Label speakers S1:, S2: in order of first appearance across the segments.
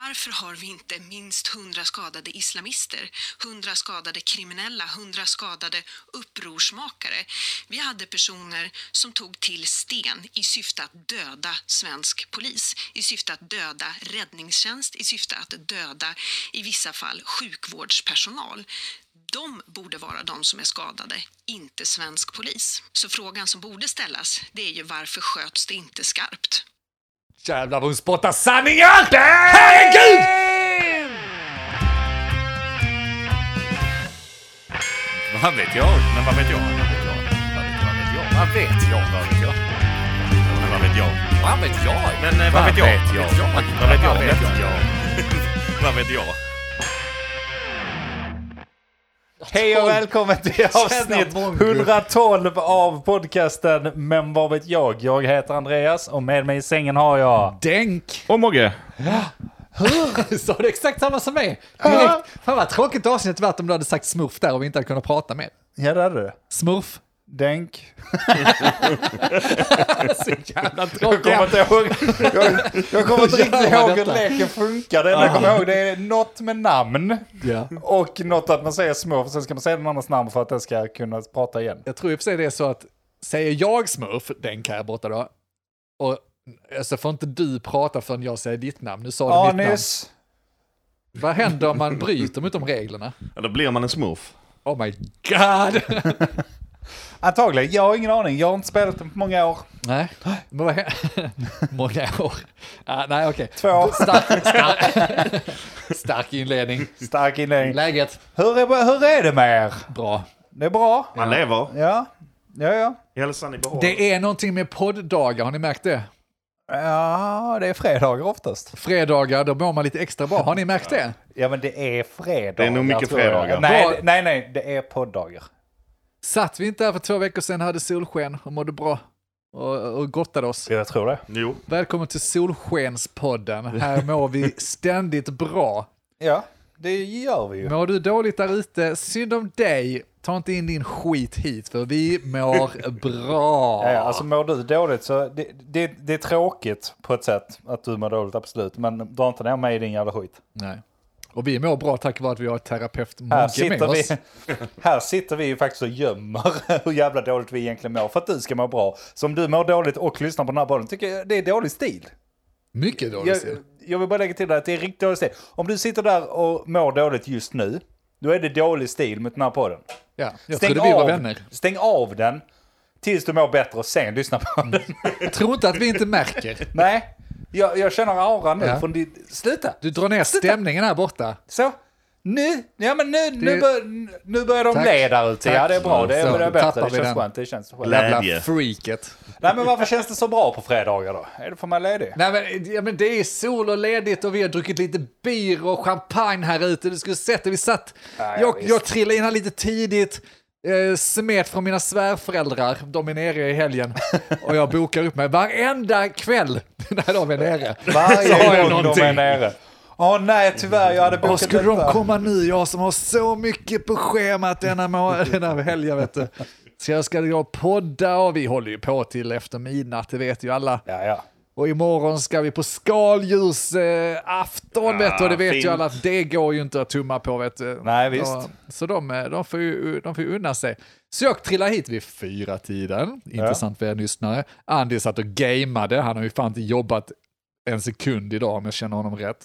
S1: Varför har vi inte minst hundra skadade islamister, hundra skadade kriminella, hundra skadade upprorsmakare? Vi hade personer som tog till sten i syfte att döda svensk polis, i syfte att döda räddningstjänst, i syfte att döda i vissa fall sjukvårdspersonal. De borde vara de som är skadade, inte svensk polis. Så frågan som borde ställas, det är ju varför sköts det inte skarpt?
S2: Jävlar vad hon spottar sanning i allt! Herregud!
S3: Vad vet jag? Men vad vet jag? Vad vet jag? Vad vet jag? Vad vet jag? Vad vet jag? Men vad vet jag?
S2: Vad vet jag?
S3: Men eh, vad vet jag? Vad vet jag? Vad vet jag? Vad vet jag?
S2: Hej och välkommen till avsnitt
S4: bongo.
S2: 112 av podcasten Men vad vet jag? Jag heter Andreas och med mig i sängen har jag...
S4: Denk!
S3: Och Mogge.
S4: Sa du exakt samma som mig? Direkt. Fan vad tråkigt avsnittet varit om du hade sagt smurf där och vi inte hade kunnat prata mer.
S2: Ja, det är du.
S4: Smurf.
S2: Denk.
S4: Så jävla
S2: Jag kommer
S4: tråkigt.
S2: inte ihåg, jag, jag kommer inte riktigt
S4: Gör
S2: ihåg hur
S4: detta.
S2: leken funkar. Det enda jag kommer ihåg det är något med namn
S4: Ja.
S2: och något att man säger små för sen ska man säga den andras namn för att den ska kunna prata igen.
S4: Jag tror i och för sig det är så att säger jag smurf, Denk här borta då, och alltså får inte du prata förrän jag säger ditt namn. Nu sa du mitt
S2: Anis.
S4: namn. Vad händer om man bryter mot de reglerna?
S3: Ja, då blir man en smurf.
S4: Oh my god!
S2: Antagligen. Jag har ingen aning. Jag har inte spelat den på många år.
S4: Nej, men vad hä- Många år. Ah, nej, okej.
S2: Två år.
S4: Stark, stark, stark inledning.
S2: Stark inledning.
S4: Läget?
S2: Hur är, hur är det med er?
S4: Bra.
S2: Det är bra.
S3: Man lever.
S2: Ja. Ja, ja.
S3: Hälsan i behåll.
S4: Det är någonting med podddagar, har ni märkt det?
S2: Ja, det är fredagar oftast.
S4: Fredagar, då mår man lite extra bra. Har ni märkt det?
S2: Ja, men det är fredagar.
S3: Det är nog mycket
S2: tror jag.
S3: fredagar.
S2: Nej,
S4: Bra.
S2: det- nej, nej, det är poddagar.
S4: Satt vi inte här för två veckor sedan, hade solsken och mådde bra och, och gottade oss.
S2: Ja, Jag tror det.
S3: Jo.
S4: Välkommen till Solskenspodden. Här mår vi ständigt bra.
S2: Ja, det gör vi ju.
S4: Mår du dåligt där ute, synd om dig. Ta inte in din skit hit, för vi mår bra.
S2: Ja, ja, alltså mår du dåligt så det, det, det är tråkigt på ett sätt att du mår dåligt, absolut. Men dra inte ner mig i din jävla skit.
S4: Nej. Och vi mår bra tack vare att vi har terapeut
S2: Här
S4: Mogge med
S2: sitter,
S4: oss.
S2: vi, här sitter vi ju faktiskt och gömmer hur jävla dåligt vi egentligen mår för att du ska må bra. Så om du mår dåligt och lyssnar på den här podden tycker jag det är dålig stil.
S4: Mycket dålig
S2: Jag,
S4: stil.
S2: jag vill bara lägga till det att det är riktigt dålig stil. Om du sitter där och mår dåligt just nu, då är det dålig stil mot den här podden.
S4: Ja, jag trodde vi var vänner.
S2: stäng av den tills du mår bättre och sen lyssna på den.
S4: Jag tror inte att vi inte märker.
S2: Nej, jag, jag känner auran nu
S4: Ja.
S2: från din... Sluta!
S4: Du drar ner stämningen här borta.
S2: Så. Nu, ja men nu, nu,
S4: Det-
S2: bör, nu börjar de
S4: Tack.
S2: le där ute. Ja
S4: Tack.
S2: det är bra, det
S4: Så,
S2: är, det är
S4: då
S2: bättre.
S4: tappar
S2: Det
S4: vi
S2: känns
S4: den.
S2: skönt, det känns skönt.
S3: Lä-
S4: Jävla
S3: Glädje.
S4: freaket.
S2: Nej men varför känns det så bra på fredagar då? Är det för man är ledig?
S4: Nej men, ja, men det är sol och ledigt och vi har druckit lite bir och champagne här ute. Du skulle sett det, vi satt.
S2: Ja, ja,
S4: jag,
S2: visst.
S4: jag trillade in här lite tidigt. Eh, smet från mina svärföräldrar, de är nere i helgen. Och jag bokar upp mig varenda kväll när de är nere. Så har jag
S2: Varje gång de
S4: någonting.
S2: är nere. Åh nej tyvärr, jag hade bokat
S4: Och skulle de
S2: detta.
S4: komma nu, jag som har så mycket på schemat denna, må- denna helgen vet du. Så jag ska jag podda och vi håller ju på till efter midnatt, det vet ju alla.
S2: Ja ja.
S4: Och imorgon ska vi på skaldjursafton eh, afton, vet du, och det vet
S3: fint.
S4: ju alla att det går ju inte att tumma på vet du.
S2: Nej, visst.
S4: Och, så de, eh, de, får ju, de får ju unna sig. Så jag trillade hit vid fyra tiden. intressant för er lyssnare. Andy satt och gameade, han har ju fan inte jobbat en sekund idag om jag känner honom rätt.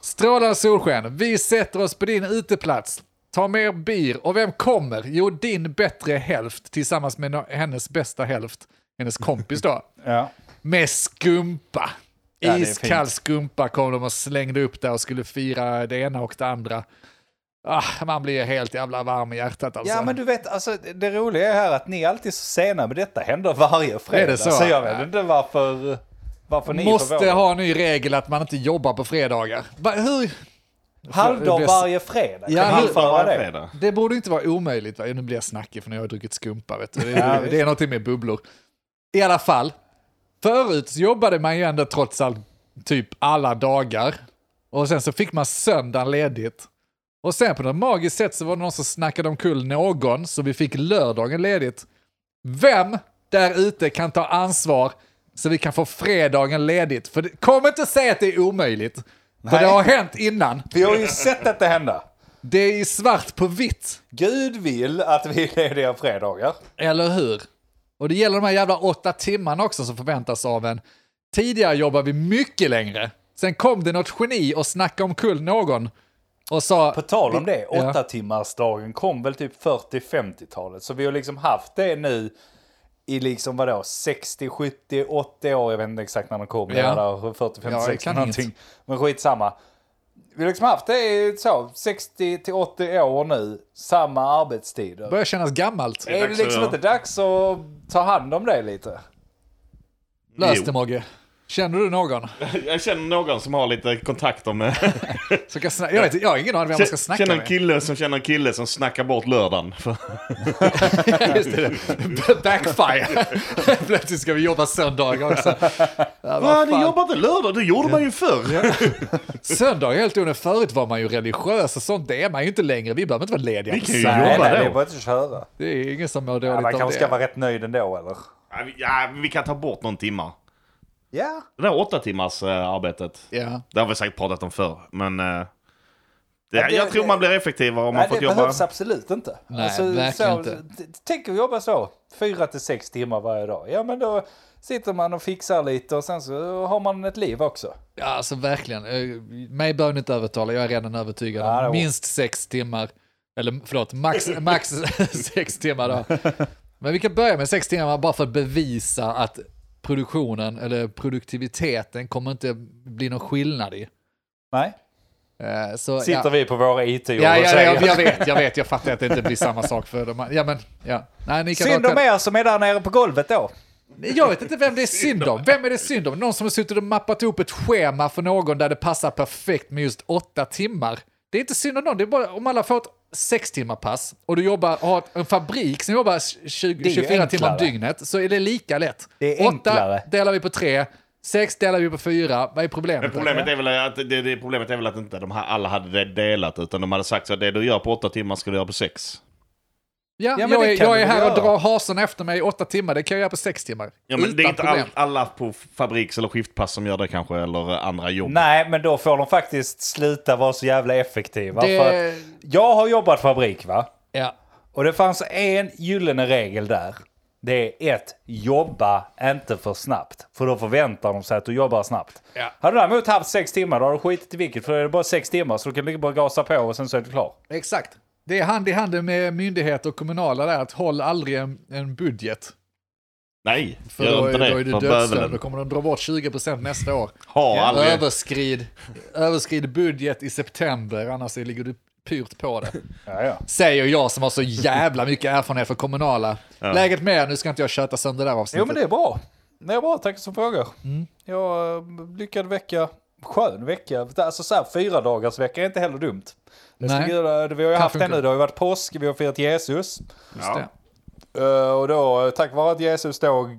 S4: Strålande solsken, vi sätter oss på din uteplats. Ta mer bir. Och vem kommer? Jo, din bättre hälft tillsammans med no- hennes bästa hälft. Hennes kompis då.
S2: ja.
S4: Med skumpa.
S2: Ja, det är
S4: Iskall
S2: fint.
S4: skumpa kom de och slängde upp där och skulle fira det ena och det andra. Ah, man blir helt jävla varm i hjärtat alltså.
S2: Ja men du vet, alltså, det roliga är här att ni är alltid så sena men detta händer varje fredag.
S4: Är det
S2: så?
S4: så?
S2: jag vet
S4: Ja.
S2: inte varför, varför ni är
S4: Måste
S2: förvånade.
S4: ha en ny regel att man inte jobbar på fredagar. Va, hur?
S2: Halvdag
S4: Bäst-
S2: varje fredag,
S4: Ja,
S2: kan
S4: hur-
S2: vi införa det?
S3: fredag.
S4: Det borde inte vara omöjligt. Va? Nu blir jag snackig för nu har jag druckit skumpa. Vet du. Det,
S2: Ja,
S4: är
S2: visst.
S4: det är någonting med bubblor. I alla fall, förut så jobbade man ju ändå trots allt typ alla dagar. Och sen så fick man söndagen ledigt. Och sen på något magiskt sätt så var det någon som snackade omkull någon så vi fick lördagen ledigt. Vem där ute kan ta ansvar så vi kan få fredagen ledigt? För det- kom inte säga att det är omöjligt. För
S2: Nej.
S4: det har hänt innan.
S2: Vi har ju sett detta hända.
S4: Det är i svart på vitt.
S2: Gud vill att vi är lediga fredagar.
S4: Eller hur? Och det gäller de här jävla åtta timmarna också som förväntas av en. Tidigare jobbade vi mycket längre. Sen kom det något geni och snackade omkull någon. Och sa...
S2: På tal om det,
S4: Ja.
S2: åtta timmarsdagen kom väl typ 40-50-talet. Så vi har liksom haft det nu i liksom vadå, 60, 70, 80 år. Jag vet inte exakt när den kom.
S4: Ja.
S2: Ja. 40, 50,
S4: Ja, jag
S2: 60
S4: kan
S2: någonting. Men skitsamma. Vi har liksom haft det i så, 60 till 80 år nu. Samma arbetstider.
S4: Börjar kännas gammalt.
S2: är det
S3: dags
S2: liksom
S3: att-
S2: inte dags att ta hand om det lite?
S4: Lös
S3: Jo.
S4: det Mogge. Känner du någon?
S3: Jag känner någon som har lite kontakter med...
S4: Som kan sna- jag, vet, jag har ingen aning vem man ska snacka
S3: känner en
S4: med.
S3: kille som känner en kille som snackar bort lördagen.
S4: Just det. Backfire. Plötsligt ska vi jobba söndagar också. Ja,
S3: Va,
S4: vad
S3: ni
S4: fan.
S3: jobbar inte lördag? Det gjorde man ju förr.
S4: Söndagar är helt onödigt. Förut var man ju religiös och sånt. Det är man ju inte längre. Vi behöver inte vara lediga.
S3: Vi kan ju
S4: Så-
S3: jobba.
S2: Nej, nej,
S3: då.
S2: det är bara att köra.
S4: Det är ingen som mår
S2: Ja,
S4: dåligt
S2: man
S4: av
S2: kanske
S4: det.
S2: ska vara rätt nöjd ändå, eller?
S3: Ja, vi- Ja, vi kan ta bort någon timma.
S2: Ja.
S3: Det där åtta timmars eh, arbetet.
S4: Ja.
S3: Det har vi säkert pratat om förr, men... eh, det,
S2: Ja, det-
S3: jag tror man blir effektivare om man
S2: Nej,
S3: fått
S2: det
S3: jobba...
S2: behövs absolut inte. Alltså,
S4: Nej, verkligen
S2: så,
S4: inte.
S2: t- Tänk att jobba så, fyra till sex timmar varje dag. Ja, men då sitter man och fixar lite och sen så har man ett liv också.
S4: Ja, alltså verkligen. Eh, Mig behöver ni inte övertala, jag är redan övertygad
S2: Ja, det
S4: om
S2: var-
S4: minst sex timmar. Eller förlåt, max, max sex timmar då. Men vi kan börja med sex timmar bara för att bevisa att produktionen eller produktiviteten kommer inte bli någon skillnad i.
S2: Nej.
S4: Eh, Så,
S2: Sitter
S4: ja.
S2: vi på våra IT-jobb
S4: Ja,
S2: och
S4: ja,
S2: säger
S4: jag, jag vet, jag vet, jag fattar att det inte blir samma sak för dem. Ja, men, ja. Nej, ni kan
S2: Synd
S4: dra
S2: om
S4: själv.
S2: er som är där nere på golvet då.
S4: Jag vet inte vem det är synd om. Vem är det synd om? Någon som har suttit och mappat ihop ett schema för någon där det passar perfekt med just åtta timmar. Det är inte synd om någon, det är bara om alla får ett sex timmar pass och du jobbar, har en fabrik som jobbar 20,
S2: Det är ju
S4: 24 timmar om
S2: enklare.
S4: dygnet så är det lika lätt.
S2: Det är enklare.
S4: Åtta delar vi på tre, sex delar vi på fyra. Vad är problemet?
S3: Problemet är, väl att, det, det, problemet är väl att inte de här alla hade det delat, utan de hade sagt så att det du gör på åtta timmar ska du göra på sex.
S4: Ja,
S2: men
S4: jag
S2: det
S4: är,
S2: kan
S4: jag
S2: du
S4: är
S2: väl
S4: här och
S2: göra.
S4: drar hasen efter mig i åtta timmar, det kan jag göra på sex timmar.
S3: Ja, men det är
S4: Utan
S3: inte all,
S4: problem.
S3: alla på fabriks eller skiftpass som gör det kanske, eller eh, andra jobb.
S2: Nej, men då får de faktiskt sluta vara så jävla effektiva.
S4: Det-
S2: För att jag har jobbat fabrik, va?
S4: Ja.
S2: Och det fanns en gyllene regel där. Det är ett, jobba inte för snabbt. För då förväntar de sig att du jobbar snabbt.
S4: Ja.
S2: Har du däremot haft sex timmar, då har du skitit i vilket. För då är det bara sex timmar, så du kan lika bra gasa på och sen så är du klar.
S4: Exakt. Det är hand i hand med myndigheter och kommunala där, att håll aldrig en, en budget.
S3: Nej,
S4: För
S3: gör
S4: då,
S3: inte
S4: är- då
S3: det.
S4: är det
S3: För
S4: dödsdömd, då
S3: bövelen.
S4: kommer de dra bort 20% nästa år.
S3: Ha aldrig...
S4: Överskrid, överskrid budget i september, annars ligger du pyrt på det.
S2: Ja, ja.
S4: Säger jag som har så jävla mycket erfarenhet för kommunala. Läget med er, nu ska inte jag köta sönder det här avsnittet.
S2: Jo, men det är bra. Det är bra, tack som frågar. Jag eh, lyckad vecka. Skön vecka. Alltså så här, fyra dagars vecka är inte heller dumt. Det
S4: Nej.
S2: ska göra- vi har ju
S4: Kan
S2: haft det
S4: funka.
S2: nu, det har ju varit påsk, vi har firat Jesus.
S4: Just det.
S2: Eh, och då, eh, tack vare att Jesus då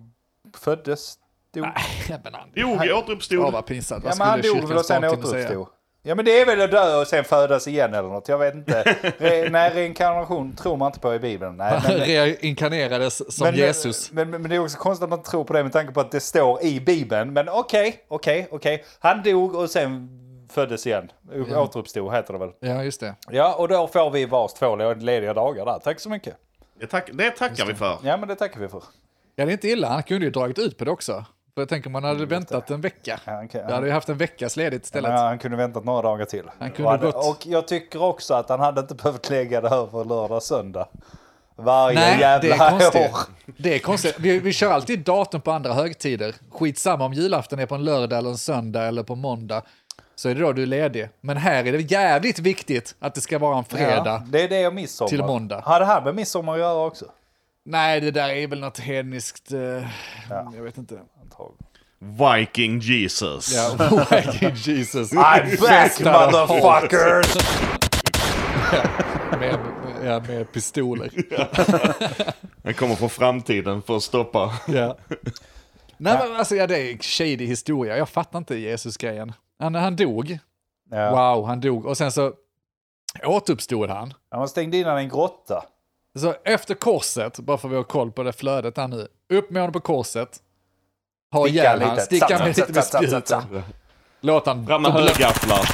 S2: föddes, dog,
S4: Nej, men han,
S3: Jo, jag återuppstod.
S4: åh, vad pinsamt.
S2: Ja,
S4: Vad
S2: men han
S4: skulle
S2: dog väl och
S4: kyrkans
S2: sen
S4: barntimme säga?
S2: återuppstod. Ja men det är väl att dö och sen födas igen eller något. Jag vet inte. Re, nej reinkarnation tror man inte på i Bibeln. Nej, men,
S4: Reinkarnerades som
S2: men,
S4: Jesus.
S2: Men, men, men det är också konstigt att man tror på det med tanke på att det står i Bibeln. Men okej, okej, okej. Han dog och sen föddes igen. Ja. Återuppstod heter det väl.
S4: Ja, just det.
S2: Ja och då får vi vars två lediga dagar där. Tack så mycket.
S3: Det, tack, det tackar vi för.
S2: Ja men det tackar vi för.
S4: Ja, det är inte illa. Han kunde ju dragit ut på det också. För jag tänker, man hade väntat en vecka.
S2: Ja, okej, ja.
S4: Jag hade ju haft en veckas ledigt istället.
S2: Ja, han kunde väntat några dagar till.
S4: Han kunde
S2: och, hade-
S4: gått-
S2: och jag tycker också att han hade inte behövt lägga det över lördag och söndag. Varje
S4: Nej, det
S2: jävla
S4: är konstigt.
S2: år.
S4: Det är konstigt. Vi, vi kör alltid datum på andra högtider. Skitsamma om julafton är på en lördag eller en söndag eller på måndag. Så är det då du är ledig. Men här är det jävligt viktigt att det ska vara en fredag.
S2: Ja, det är det jag midsommar.
S4: Till måndag.
S2: Hade han med midsommar att göra också?
S4: Nej, det där är väl något hedniskt. eh, Jag vet inte.
S2: Antagligen.
S3: Viking Jesus.
S4: Ja, Viking Jesus.
S2: I'm back motherfuckers!
S4: Med, ja, med pistoler.
S3: Den kommer från framtiden för att stoppa.
S4: Ja. Nej, men alltså, ja, det är shady historia. Jag fattar inte Jesus-grejen. Han, han dog.
S2: Ja.
S4: Wow, han dog. Och sen så återuppstod han.
S2: Ja, Man stängde in han i en grotta.
S4: Så efter korset, bara för att vi har koll på det flödet här nu. Upp med honom på korset. Ha ihjäl han, sticka med lite med
S2: Ta, ta, ta, ta, ta.
S4: spjuten. Låt han
S5: Fram med högafflar.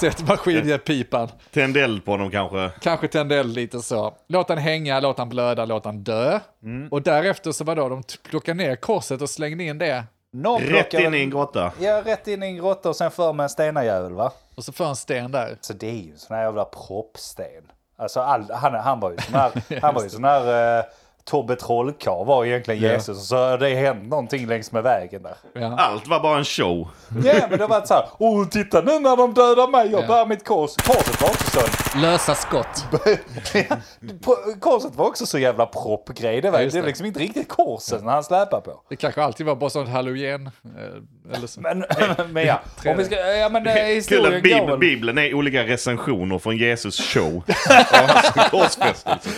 S4: sätt maskinpipan.
S5: Tänd eld på dem kanske.
S4: Kanske tända eld lite så. Låt han hänga, låt han blöda, låt han dö. Och därefter så vadå, de t- plockar ner korset och slängde in det.
S2: Någon
S5: Rätt
S2: plockar
S5: in i en grotta.
S2: Ja, rätt in i en grotta och sen för med en stenajävel va?
S4: Och så får han sten där.
S2: Så det är ju en sån här jävla proppsten. Alltså all, han, han var ju sån här, han var ju sån här eh, Tobbe Trollkarl var egentligen
S4: Ja.
S2: Jesus. Så det hände någonting längs med vägen där.
S4: Ja.
S5: Allt var bara en show.
S2: Ja men det var så här, oh titta nu när de dödar mig, jag
S4: Mm. Ja.
S2: bär mitt kors. Korset var också så,
S4: Lösa skott.
S2: Pro- korset var också så jävla proppgrej. Det
S4: Ja,
S2: var, det.
S4: just
S2: det var
S4: det.
S2: liksom inte riktigt korset när han släpar på.
S4: Det kanske alltid var bara sånt halogen. eh, Eller så.
S2: Men, men ja, om vi ska, ja men eh,
S5: Kul
S2: historien
S5: att
S2: går
S5: Bibeln,
S2: väl.
S5: Bibeln är olika recensioner från Jesus show. Av hans korsfästelse.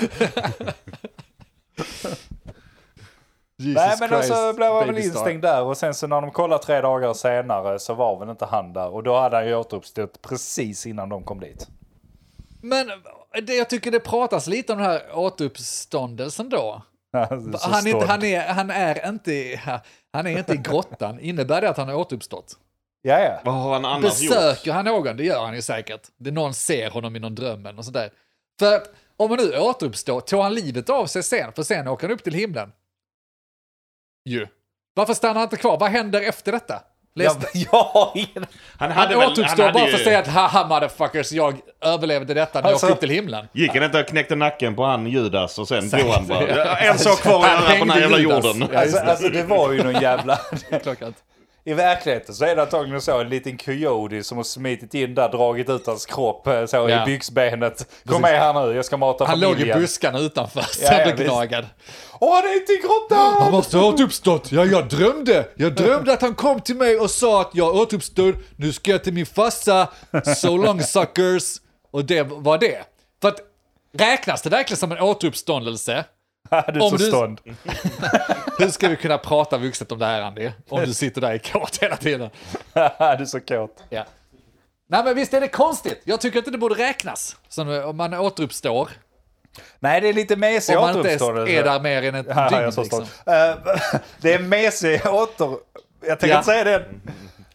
S4: Jesus
S2: Nej men
S4: Christ,
S2: alltså blev han väl
S4: baby star.
S2: instängd där och sen så när de kollade tre dagar senare så var väl inte han där och då hade han ju återuppstått precis innan de kom dit.
S4: Men eh, det, jag tycker det pratas lite om den här återuppståndelsen då.
S2: Alltså,
S4: Han är, inte, han, är, han, är inte, i- han är inte i grottan. Innebär det att han har återuppstått?
S2: Ja ja.
S5: Vad har han annars gjort?
S4: Besöker han någon? Det gör han ju säkert. Det någon ser honom i någon dröm eller sånt där. För att om han nu återuppstår, tog han livet av sig sen? För sen åker han upp till himlen. Ju. Varför stannar han inte kvar? Vad händer efter detta? Läs
S2: Jag, jag,
S5: Han,
S4: Han
S5: hade väl-
S4: återuppstår
S5: hade
S4: bara för att
S5: ju-
S4: säga att haha motherfuckers, jag överlevde detta när jag
S2: Alltså-
S4: åkte upp till himlen.
S5: Gick han inte och knäckte nacken på han Judas och sen dog han bara.
S4: Ja.
S5: En sak kvar
S4: Han
S5: att göra på den
S4: hängde
S5: här jävla
S4: Judas.
S5: jorden.
S4: Ja, just
S2: alltså,
S4: det.
S2: alltså det var ju någon jävla...
S4: Klockrent.
S2: I verkligheten så är det antagligen så en liten coyote som har smitit in där, dragit ut hans kropp eh, så
S4: Ja.
S2: i byxbenet. Kom med här nu, jag ska mata
S4: Han låg i
S2: familjen.
S4: buskarna utanför,
S2: Ja, ja,
S4: sen begnagad.
S2: Åh, det är inte i
S4: Han
S2: grottan!
S4: måste ha återuppstått! Ja, jag drömde! Jag drömde att han kom till mig och sa att jag återuppstod, nu ska jag till min farsa, so long suckers. Och det var det. För att räknas det verkligen som en återuppståndelse?
S2: Hade
S4: Om du-
S2: förstånd.
S4: Hur ska vi kunna prata vuxet om det här Andy? Om du sitter där i kåt hela tiden.
S2: du är så kåt.
S4: Ja. Nej men visst är det konstigt? Jag tycker inte det borde räknas. Som om man återuppstår.
S2: Nej, det är lite mesig
S4: Om man inte ens
S2: återuppståndelse.
S4: är där mer än ett
S2: Ja,
S4: dygn.
S2: jag förstår.
S4: liksom.
S2: Eh, det är mesig åter... Jag tänker
S4: Ja.
S2: inte säga det.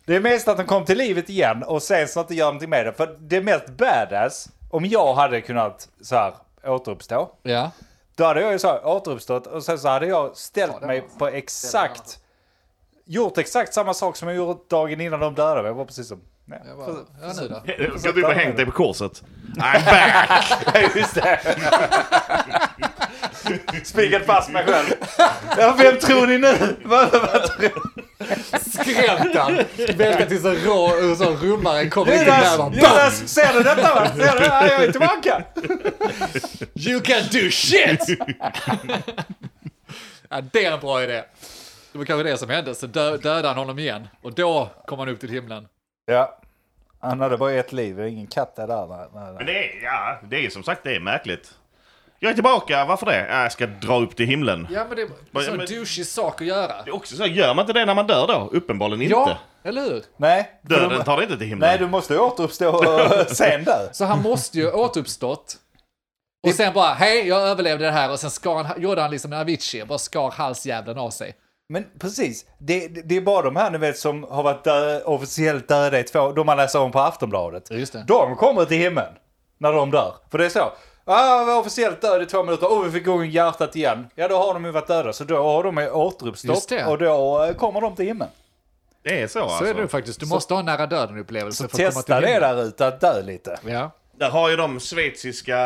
S2: Det är mest att de kom till livet igen och sen så inte gör någonting med det. För det är mest badass, om jag hade kunnat så här återuppstå,
S4: Ja.
S2: då hade jag ju så här, återuppstått och sen så hade jag ställt mig på exakt, gjort exakt samma sak som jag gjorde dagen innan de dödade mig. Jag var precis som... Nej.
S4: Bara, ja nu då.
S5: Ska du bara hängt dig på korset? I'm back!
S2: Just det. Spikat fast mig själv. Ja, vem tror ni nu? Vad, vad tror
S4: Skrämt han! Välkommen till så rå ur så rummaren kommer in där
S2: Jonas,
S4: och bara,
S2: Jonas, ser du detta? Va? Ser du? Ja, jag är tillbaka!
S4: You can do shit! ja, det är en bra idé. Det var kanske det som hände, så dö- dödade han honom igen. Och då kom han upp till himlen.
S2: Ja. Han hade bara ett liv, ingen katt där. där.
S5: Men det är, ja, det är som sagt det är märkligt. Jag är tillbaka, varför det? Ja, Jag ska dra upp till himlen.
S4: Ja men det är
S5: Men-
S4: så
S5: men-
S4: douchig sak att göra.
S5: Det är också så, gör man inte det när man dör då? Uppenbarligen
S4: Ja,
S5: inte.
S4: eller hur?
S2: Nej, för
S5: Döden
S2: du,
S5: tar det inte till himlen.
S2: nej, du måste återuppstå och sen dö.
S4: Så han måste ju återuppstått. Och sen bara, hej jag överlevde det här. Och sen skar han, gjorde han liksom en Avicii, bara skar halsjävlen av sig.
S2: Men precis, det, det det är bara de här ni vet som har varit dö, officiellt döda i två, de man läser om på Aftonbladet.
S4: Ja, just det.
S2: De kommer till himlen när de dör. För det är så. Ah, vi var officiellt död i två minuter, och vi fick igång hjärtat igen. Ja, då har de ju varit döda, så då har de ju
S4: Just
S2: återuppstått
S4: det.
S2: och då eh, kommer de till himlen.
S5: Det är så,
S4: Så
S5: alltså.
S4: är det ju faktiskt, du måste ha en nära döden upplevelse för att komma till
S2: Testa det
S4: himlen.
S2: där ute, att dö lite.
S4: Ja.
S5: Där har ju de schweiziska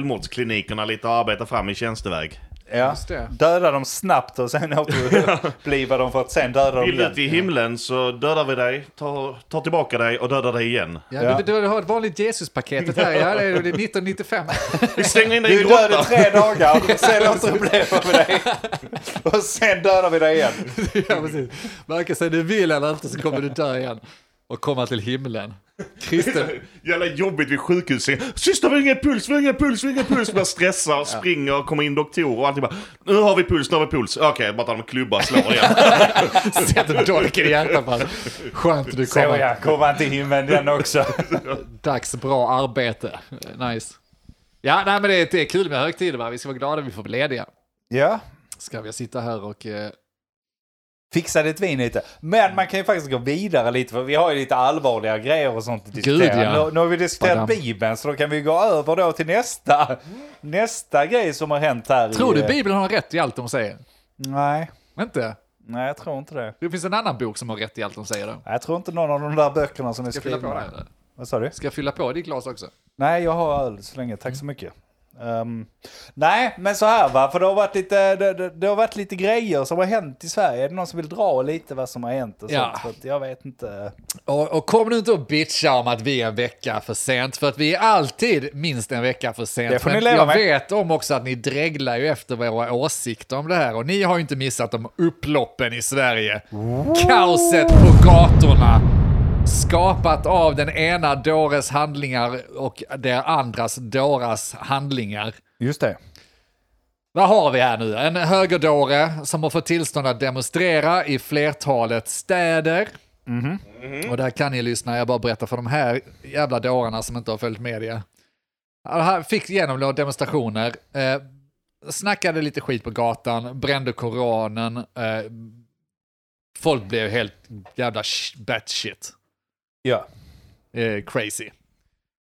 S5: självmordsklinikerna lite att arbeta fram i tjänsteväg.
S2: Ja.
S4: Just det.
S2: Döda dem snabbt och sen återuppliva dem för att sen döda dem
S5: Vill du
S2: igen.
S5: till himlen så dödar vi dig, tar, tar tillbaka dig och dödar dig igen.
S4: Ja,
S2: Ja.
S4: Du, du, du har ett vanligt Jesuspaketet här. Ja, det är 1995.
S5: Vi stänger in dig i
S2: Du
S5: en
S2: är död i
S5: grotta.
S2: tre dagar, sen återupplivar vi dig. Och sen dödar vi dig igen.
S4: ja, precis. Varken sig du vill eller inte så kommer du dö igen och komma till himlen. Kristen,
S5: Jävla jobbigt vid sjukhuset. Syster, vi har ingen puls, vi har ingen puls, vi har ingen puls. Man stressar, springer, kommer in doktorer och allting bara. Nu har vi puls, nu har vi puls. Okej, bara tar de klubbar och slår igen.
S4: sätter dolken i hjärtat på honom. Skönt du
S2: Så
S4: kommer.
S2: ja, kom han till himlen den också.
S4: Dags bra arbete. Nice. Ja, nej, men det, är- det är kul med högtider. Va? Vi ska vara glada vi får bli lediga.
S2: Ja,
S4: Ska vi sitta här och eh,
S2: Fixa ditt vin lite. Men man kan ju faktiskt gå vidare lite, för vi har ju lite allvarliga grejer och sånt att
S4: Gud,
S2: diskutera.
S4: ja.
S2: nu, nu har vi diskuterat
S4: Badam.
S2: Bibeln, så då kan vi gå över då till nästa, nästa grej som har hänt här.
S4: Tror
S2: i, eh,
S4: du Bibeln har rätt i allt de säger?
S2: Nej,
S4: Inte?
S2: nej jag tror inte det.
S4: Det finns en annan bok som har rätt i allt de säger. Då.
S2: Nej, Jag tror inte någon av de där böckerna som är
S4: Ska jag fylla på
S2: skrivna.
S4: där?
S2: Vad sa du?
S4: Ska jag fylla på ditt glas också?
S2: Nej, jag har öl så länge.
S4: Mm.
S2: Tack så mycket. Ehm, nej, men så här va, för det har, varit lite, det, det, det har varit lite grejer som har hänt i Sverige. Är det någon som vill dra lite vad som har hänt? Och
S4: Ja.
S2: sånt, för att jag vet inte.
S4: Och, och kom nu inte och bitcha om att vi är en vecka för sent, för att vi är alltid minst en vecka för sent.
S2: Det får ni
S4: Men
S2: leva
S4: jag
S2: med.
S4: vet om också att ni dreglar ju efter våra åsikter om det här, och ni har ju inte missat de upploppen i Sverige. Kaoset på gatorna, skapat av den ena dåres handlingar och den andras dåras handlingar.
S2: Just det.
S4: Vad har vi här nu? En högerdåre som har fått tillstånd att demonstrera i flertalet städer. Och där kan ni lyssna, jag bara berättar för de här jävla dårarna som inte har följt med det. Han fick igenom några demonstrationer, eh, snackade lite skit på gatan, brände koranen. Eh, folk blev helt jävla sh- batshit
S2: Ja.
S4: eh, crazy.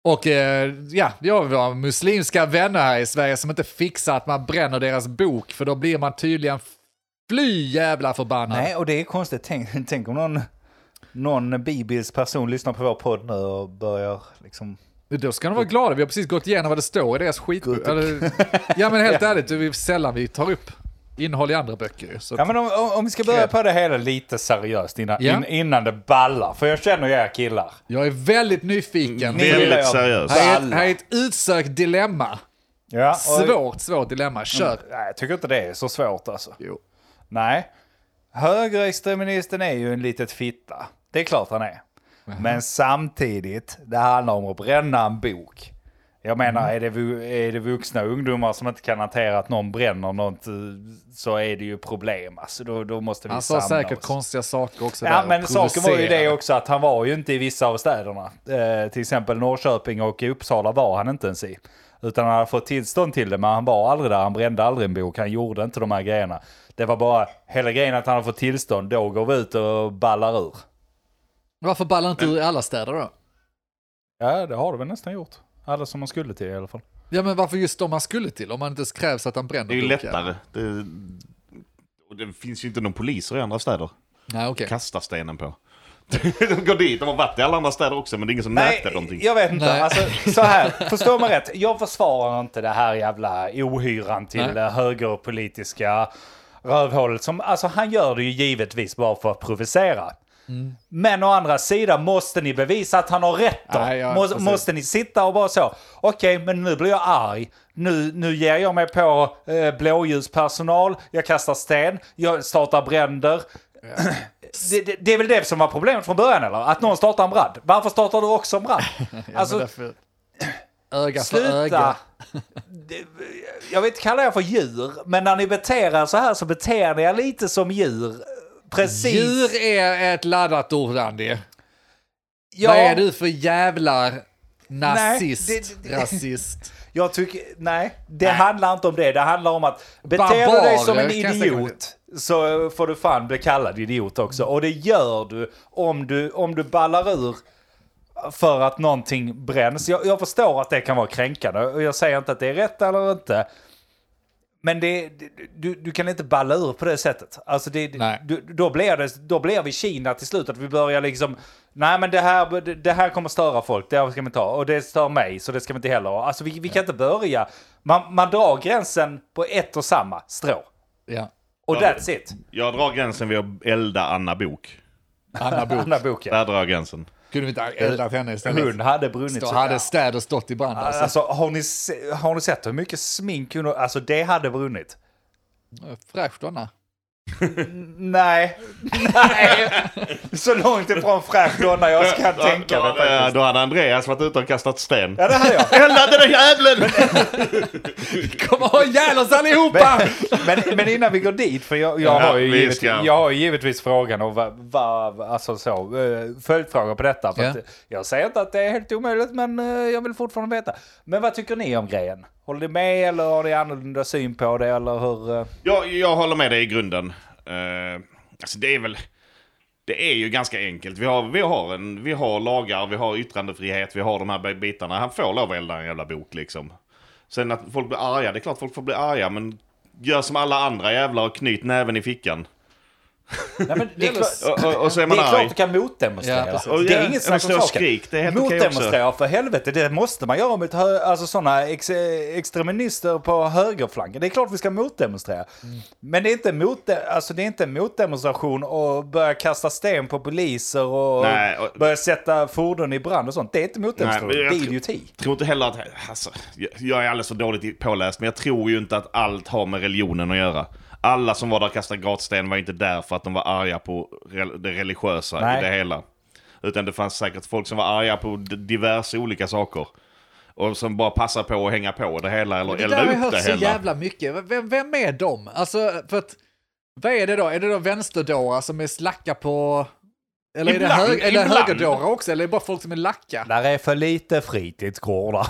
S4: Och eh, ja, jag har muslimska vänner här i Sverige som inte fixar att man bränner deras bok, för då blir man tydligen fly jävla förbannad.
S2: Nej, och det är konstigt. Tänk, tänk om någon, någon bibelsk person lyssnar på vår podd nu och börjar liksom...
S4: Då ska de vara glada, vi har precis gått igenom vad det står i deras skitbok. Eller, ja men helt ärligt, det är sällan vi tar upp innehåll i andra böcker. ju, Så
S2: Ja, men om, om om vi ska börja på det hela lite seriöst innan,
S4: Ja.
S2: in, innan det ballar. För jag känner ju er killar.
S4: jag är väldigt nyfiken.
S5: Det är
S2: gillar
S5: väldigt
S2: jag.
S5: seriöst.
S4: Här är, ett,
S2: alla.
S4: här är ett utsökt dilemma.
S2: Ja, och-
S4: Svårt, svårt
S2: Mm.
S4: dilemma. Kör.
S2: Nej, jag tycker inte det är så svårt alltså.
S4: Jo.
S2: Nej. Högerextremisten är ju en litet fitta. Det är klart han är. Men samtidigt, det handlar om att bränna en bok. Jag menar,
S4: Mm.
S2: är, det, vu- är det vuxna ungdomar som inte kan hantera att någon bränner något eh, så är det ju problem. Alltså, då, då måste vi
S4: Han sa
S2: samla
S4: säkert
S2: oss.
S4: konstiga saker också. där
S2: Ja,
S4: och
S2: men saken var ju det
S4: provocerade.
S2: också att han var ju inte i vissa av städerna. Eh, till exempel Norrköping och Uppsala var han inte ens i. Utan han hade fått tillstånd till det, men han var aldrig där. Han brände aldrig en bok. Han gjorde inte de här grejerna. Det var bara hela grejen att han hade fått tillstånd. Då går vi ut och ballar ur.
S4: Varför ballar inte du i alla städer då?
S2: Ja, det har du väl nästan gjort. Alla som man skulle till i alla fall.
S4: Ja men varför just om man skulle till? Om man inte krävs att han bränner
S5: Det är ju
S4: boken?
S5: lättare. Det, och det finns ju inte någon poliser i andra städer.
S4: Nej okej.
S5: Kasta stenen på. De går dit, de har varit i alla andra städer också, men det är ingen som märkte någonting.
S2: jag vet inte.
S4: Nej.
S2: Alltså, så här, förstå mig rätt. Jag försvarar inte det här jävla ohyran till
S4: Nej.
S2: Nej. högerpolitiska rövhålet. Som, alltså, han gör det ju givetvis bara för att provocera.
S4: Mm.
S2: Men å andra sidan måste ni bevisa att han har rätt då.
S4: Nej, ja,
S2: Mås-
S4: precis.
S2: måste ni sitta och bara så, okej men nu blir jag arg. Nu, nu ger jag mig på eh, blåljuspersonal, jag kastar sten, jag startar bränder. Det, det, det är väl det som var problemet från början eller? Att någon startar en brand. Varför startar du också en brand?
S4: Ja, men
S2: alltså,
S4: därför... Öga för
S2: sluta!
S4: öga.
S2: Det- Jag vet inte kalla er för djur, men när ni beter er så här så beter ni er lite som djur. Precis.
S4: Djur är ett laddat ord Andy.
S2: Ja.
S4: Vad är du för jävlar nazist,
S2: Nej, det- det-
S4: rasist?
S2: Jag tycker, nej, det handlar inte om det. Det handlar om att beter du
S4: Barbarer,
S2: dig som en
S4: kan jag säga.
S2: idiot så eh, får du fan bli kallad idiot också. Och det gör du om du, om du ballar ur för att någonting bränns. Jag, jag förstår att det kan vara kränkande och jag säger inte att det är rätt eller inte. Men det, det- du, du kan inte balla ur på det sättet. Alltså det,
S4: Nej.
S2: du, då, blir det, då blir vi Kina till slut, att vi börjar liksom... Nej men det här, det- det här kommer störa folk, det här ska man ta. Och det stör mig, så det ska man inte heller ha. Alltså vi, vi kan inte börja... Man, man drar gränsen på ett och samma strå.
S4: Ja.
S2: Och
S5: Ja.
S2: that's it.
S5: Jag drar gränsen vid att elda Anna Bok.
S4: Anna Bok.
S2: Den här boken.
S5: Där drar jag gränsen.
S4: Kunde vi inte ha eldat henne istället?
S2: Hon hade brunnit.
S4: Då
S2: så-
S4: hade städer stått i brand. Alltså.
S2: Alltså har ni, se- har ni sett hur mycket smink hon... Alltså det hade brunnit.
S4: Fräscht Anna.
S2: Nej. Nej. Så långt ifrån fräsch donna jag kan tänka
S5: då,
S2: mig
S5: hade,
S2: faktiskt.
S5: då hade Andreas varit ute och kastat sten.
S2: Ja det hade jag.
S5: Elda den där jävlen!
S4: Kom och ha ihjäl oss allihopa!
S2: Men, men innan vi går dit, för jag, jag, har, ju
S5: vi
S2: givet,
S5: ska.
S2: jag har ju givetvis frågan och vad, vad, alltså så, eh, följdfrågor på detta. För
S4: Ja.
S2: att eh, jag säger inte att det är helt omöjligt, men eh, jag vill fortfarande veta. Men vad tycker ni om grejen? Håller ni med eller har ni annorlunda syn på det eller hur? eh?
S5: Jag, jag håller med dig i grunden. Eh, Alltså det är väl... Det är ju ganska enkelt. Vi har, vi, har en, vi har lagar, vi har yttrandefrihet, vi har de här bitarna. Han får lov att elda en jävla bok liksom. Sen att folk blir arga, det är klart folk får bli arga, men gör som alla andra jävlar och knyt näven i fickan.
S2: Nej, men det är klart,
S5: Och, och, och så är
S2: det
S5: man
S2: är klart
S5: arg.
S2: du kan motdemonstrera.
S4: Ja, precis.
S5: Och
S2: det är
S5: ja,
S2: inget
S5: eller
S2: snack om
S5: stå och
S2: saken.
S5: skrik, det är helt okej också.
S2: motdemonstrera, för helvete. Det måste man göra mot hö- alltså, sådana ex- extremister på högerflanken. Det är klart vi ska motdemonstrera.
S4: Mm.
S2: Men det är inte, mot, alltså, det är inte motdemonstration och börja kasta sten på poliser och,
S5: Nej, och-
S2: börja sätta fordon i brand och sånt. Det är inte motdemonstration,
S5: Nej, men jag
S2: det är
S5: tror-
S2: idioti.
S5: Jag tror inte heller att... Alltså, jag- jag är alldeles för dåligt påläst, men jag tror ju inte att allt har med religionen att göra. Alla som var där och kastade gatsten var inte där för att de var arga på rel- det religiösa
S2: Nej.
S5: i det hela. Utan det fanns säkert folk som var arga på d- diverse olika saker. Och som bara passade på att hänga på det hela eller
S4: Det där
S5: elda
S4: har jag
S5: upp
S4: hört
S5: det
S4: så
S5: hela.
S4: jävla mycket. Vem, vem är de? Alltså, för att, vad är det då? Är det då vänsterdårar som är slacka på... Eller är
S5: Ibland,
S4: det, hög, är det
S5: ibland.
S4: högerdårar också? Eller är det bara folk som är lacka?
S2: Där är för lite fritidsgårdar.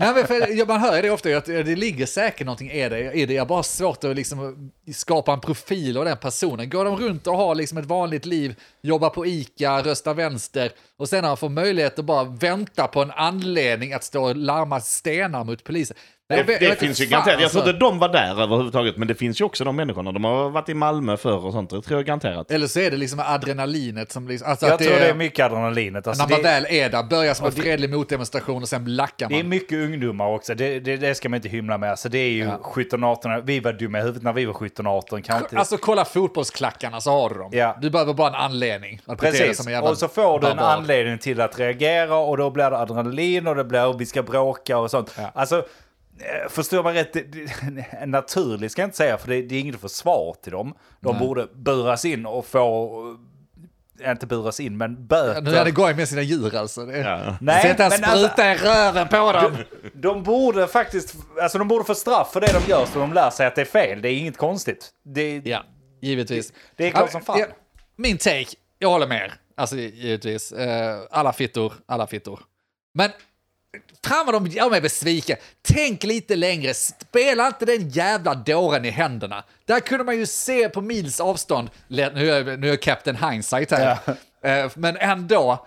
S4: Nej, men för, ja, man hör ju det ofta, ju att det ligger säkert någonting i det. I det. Jag har bara har svårt att liksom skapa en profil av den personen. Går de runt och har liksom ett vanligt liv, jobbar på ICA, röstar vänster och sen när han får möjlighet att bara vänta på en anledning att stå och larma stenar mot polisen. Nej,
S5: Det,
S4: jag vet- jag
S5: det
S4: vet
S5: finns ju
S4: fan,
S5: garanterat. Jag tror
S4: alltså.
S5: inte de var där överhuvudtaget, men det finns ju också de människorna. De har varit i Malmö förr och sånt, det tror jag garanterat.
S4: Eller så är det liksom adrenalinet som... Liksom, alltså
S2: Jag
S4: att det,
S2: tror det är
S4: är
S2: mycket adrenalinet. Alltså,
S4: när man
S2: det-
S4: väl är där, börjar som en fredlig motdemonstration och sen lackar
S2: Det är
S4: man.
S2: mycket ungdomar också, det, det, det ska man inte hymla med. Alltså det är ju 17-18, vi var dumma i huvudet när vi var 17-18. Kan inte...
S4: Alltså kolla fotbollsklackarna så har du dem.
S2: Ja.
S4: Du behöver bara en anledning att bete dig
S2: Precis,
S4: som en jävla
S2: och så får du en
S4: barbar.
S2: anledning till att reagera och då blir det adrenalin och det blir vi ska bråka och sånt. Alltså, eh, förstår man rätt, det, det, naturligt ska jag inte säga för det, det är inget försvar till dem. De borde buras in och få, eh, inte buras in men böter.
S4: Nu är det Goy med sina djur alltså. Det...
S5: Ja.
S2: Nej,
S4: Sätt en
S2: men alltså-
S4: spruta i röven på dem!
S2: De borde faktiskt, alltså de borde få straff för det de gör så de lär sig att det är fel. Det är inget konstigt. Det,
S4: Ja, givetvis.
S2: Det är klart
S4: Ja,
S2: som fan.
S4: ja, Min take, jag håller med er. Alltså givetvis. Eh, Alla fittor, alla fittor. Men fan vad de gör mig besviken. Tänk lite längre, spela inte den jävla dåren i händerna. Där kunde man ju se på mils avstånd, le- nu är, nu är Captain Hindsight här, Eh, men ändå.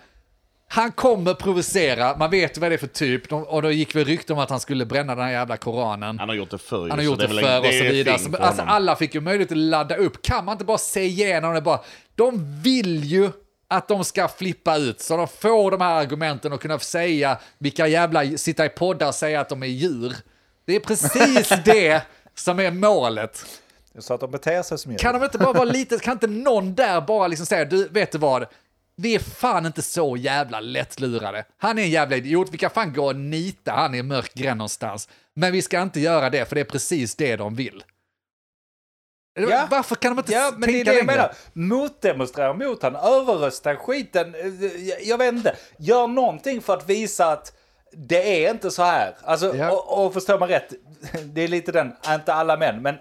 S4: Han kommer provocera, man vet vad det är för typ, De- och då gick vi rykte om att han skulle bränna den här jävla koranen.
S5: Han har gjort det förr ju,
S4: Han har
S5: så
S4: gjort det
S5: är väl en-
S4: förr och
S5: det
S4: så
S5: är
S4: vidare.
S5: fint
S4: Så,
S5: för
S4: alltså,
S5: honom.
S4: alla fick ju möjlighet att ladda upp. Kan man inte bara se igenom det bara? De vill ju att de ska flippa ut så de får de här argumenten och kunna säga vilka jävla, sitta i poddar och säga att de är djur. Det är precis det som är målet.
S2: Så att de beter sig som djur.
S4: Kan de inte bara vara lite, kan inte någon där bara liksom säga, du vet du vad, vi är fan inte så jävla lättlurade. Han är en jävla idiot, vi kan fan gå och nita han i en mörk gränd någonstans. Men vi ska inte göra det, för det är precis det de vill. Eller
S2: Ja.
S4: Varför kan de inte
S2: Ja,
S4: s-
S2: men det är
S4: tänka
S2: det jag
S4: längre?
S2: menar. Motdemonstrera mot han, överrösta skiten. eh, jag- Jag vet inte. Gör någonting för att visa att det är inte så här. Alltså,
S4: Ja.
S2: och, och förstår man rätt, det är lite den, inte alla män, men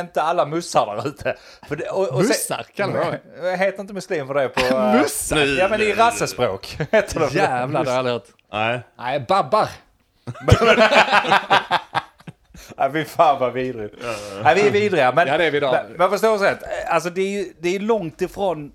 S2: inte alla mussar där ute. För det- och- och se-
S4: Mussar, kallar
S2: Heter inte muslim för det på... eh,
S4: Mussar?
S2: Ja, men i rassespråk heter det.
S4: Jävlar, det har jag aldrig hört.
S5: Nej.
S4: Nej, babbar.
S2: Ja, fy fan vad vidrigt. Ja, vi är vidriga. Men,
S4: Ja, det är vi då.
S2: men, men förstå så här, alltså det är ju det är ju långt ifrån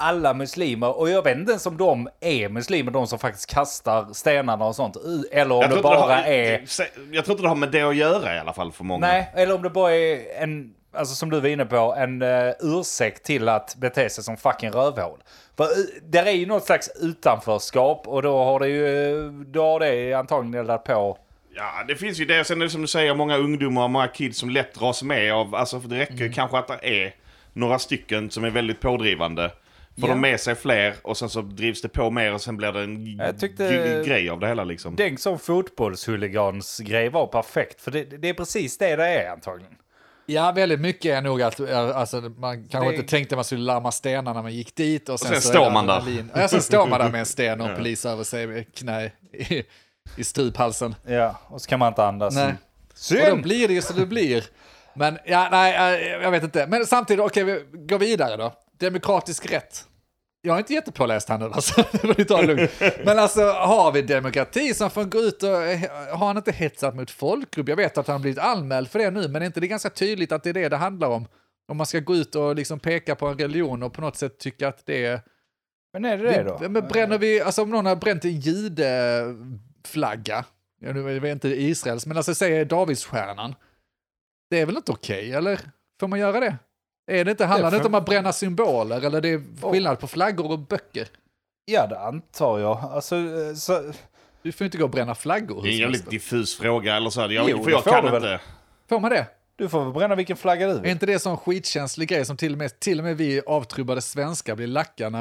S2: alla muslimer och jag vet inte ens om de är muslimer, de som faktiskt kastar stenarna och sånt. i- Eller om
S5: Jag
S2: det
S5: tror, inte
S2: bara
S5: det har,
S2: är...
S5: jag tror inte det har med det att göra i alla fall för många.
S2: Nej, eller om det bara är en, alltså som du var inne på, en uh, ursäkt till att bete sig som fucking rövhål. För eh, där är ju något slags utanförskap och då har det ju, eh, då har det antagligen eldat på.
S5: Ja, det finns ju det. Sen är det som du säger, många ungdomar och många kids som lätt dras med av, alltså för det räcker ju
S2: Mm.
S5: kanske att det är några stycken som är väldigt pådrivande. Får de med sig fler och sen så drivs det på mer och sen blir det en g-
S2: Jag tyckte-
S5: g- grej av det hela liksom.
S2: Denk som fotbollshuligansgrej var perfekt, för det, det är precis det det är antagligen.
S4: Ja, väldigt mycket är nog att alltså, man kanske
S2: Det-
S4: inte tänkte man skulle larma stenar när man gick dit. Och sen,
S5: sen
S4: så
S5: står
S4: är det
S5: man där.
S4: adrenalin. Ja, sen står man där med en sten och en polis över sig med knä i, i struphalsen.
S2: Ja, och så kan man inte andas.
S4: Nej. Och då
S2: Synd!
S4: blir det ju som det blir. Men ja, nej, eh, jag vet inte. Men samtidigt, okej, vi går vidare då. Demokratisk rätt. Jag är inte jättepåläst här nu, alltså. Det får ni ta det lugnt. Men alltså, har vi demokrati som får gå ut och... Har han inte hetsat mot folkgrupp? Jag vet att han har blivit anmäld för det nu, men är inte det ganska tydligt att det är det det handlar om? Om man ska gå ut och liksom peka på en religion och på något sätt tycka att det är...
S2: Men är det det då?
S4: Vi, men bränner vi, alltså om någon har bränt en judeflagga, jag vet inte Israels, men alltså säg Davidsstjärnan. Det är väl inte okej, eller? Får man göra det? Är det inte, handlar det,
S2: för-
S4: inte om att bränna symboler, eller det är skillnad på flaggor och böcker?
S2: Ja, det antar jag. Alltså, eh, så,
S4: Du får ju inte gå och bränna flaggor
S5: Det är
S4: hur
S5: en
S4: som
S5: jävligt
S4: helst.
S5: diffus fråga eller så. här. Jag,
S2: Jo,
S5: för
S2: det
S5: jag
S2: får
S5: kan
S2: du väl.
S5: inte.
S4: Får man det?
S2: du får väl bränna vilken flagga du
S4: Är
S2: vill.
S4: inte det en sån skitkänslig grej som till och med, till och med vi avtrubbade svenskar blir lacka när,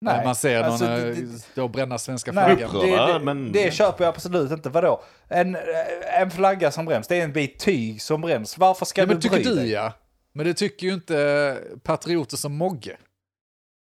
S4: när
S2: Nej,
S4: man ser någon
S2: alltså,
S4: eh,
S2: det- det-
S4: stå och bränna svenska
S2: Nej,
S4: flaggan?
S5: uppror.
S2: det,
S5: Upprörda,
S2: det,
S5: men-
S2: det köper jag absolut inte. Vadå? En, eh, en flagga som bränns, det är en bit tyg som bränns. Varför ska
S4: Ja, men
S2: du
S4: tycker
S2: bry
S4: du
S2: dig?
S4: ja. Men det tycker ju inte eh, patrioter som Mogge.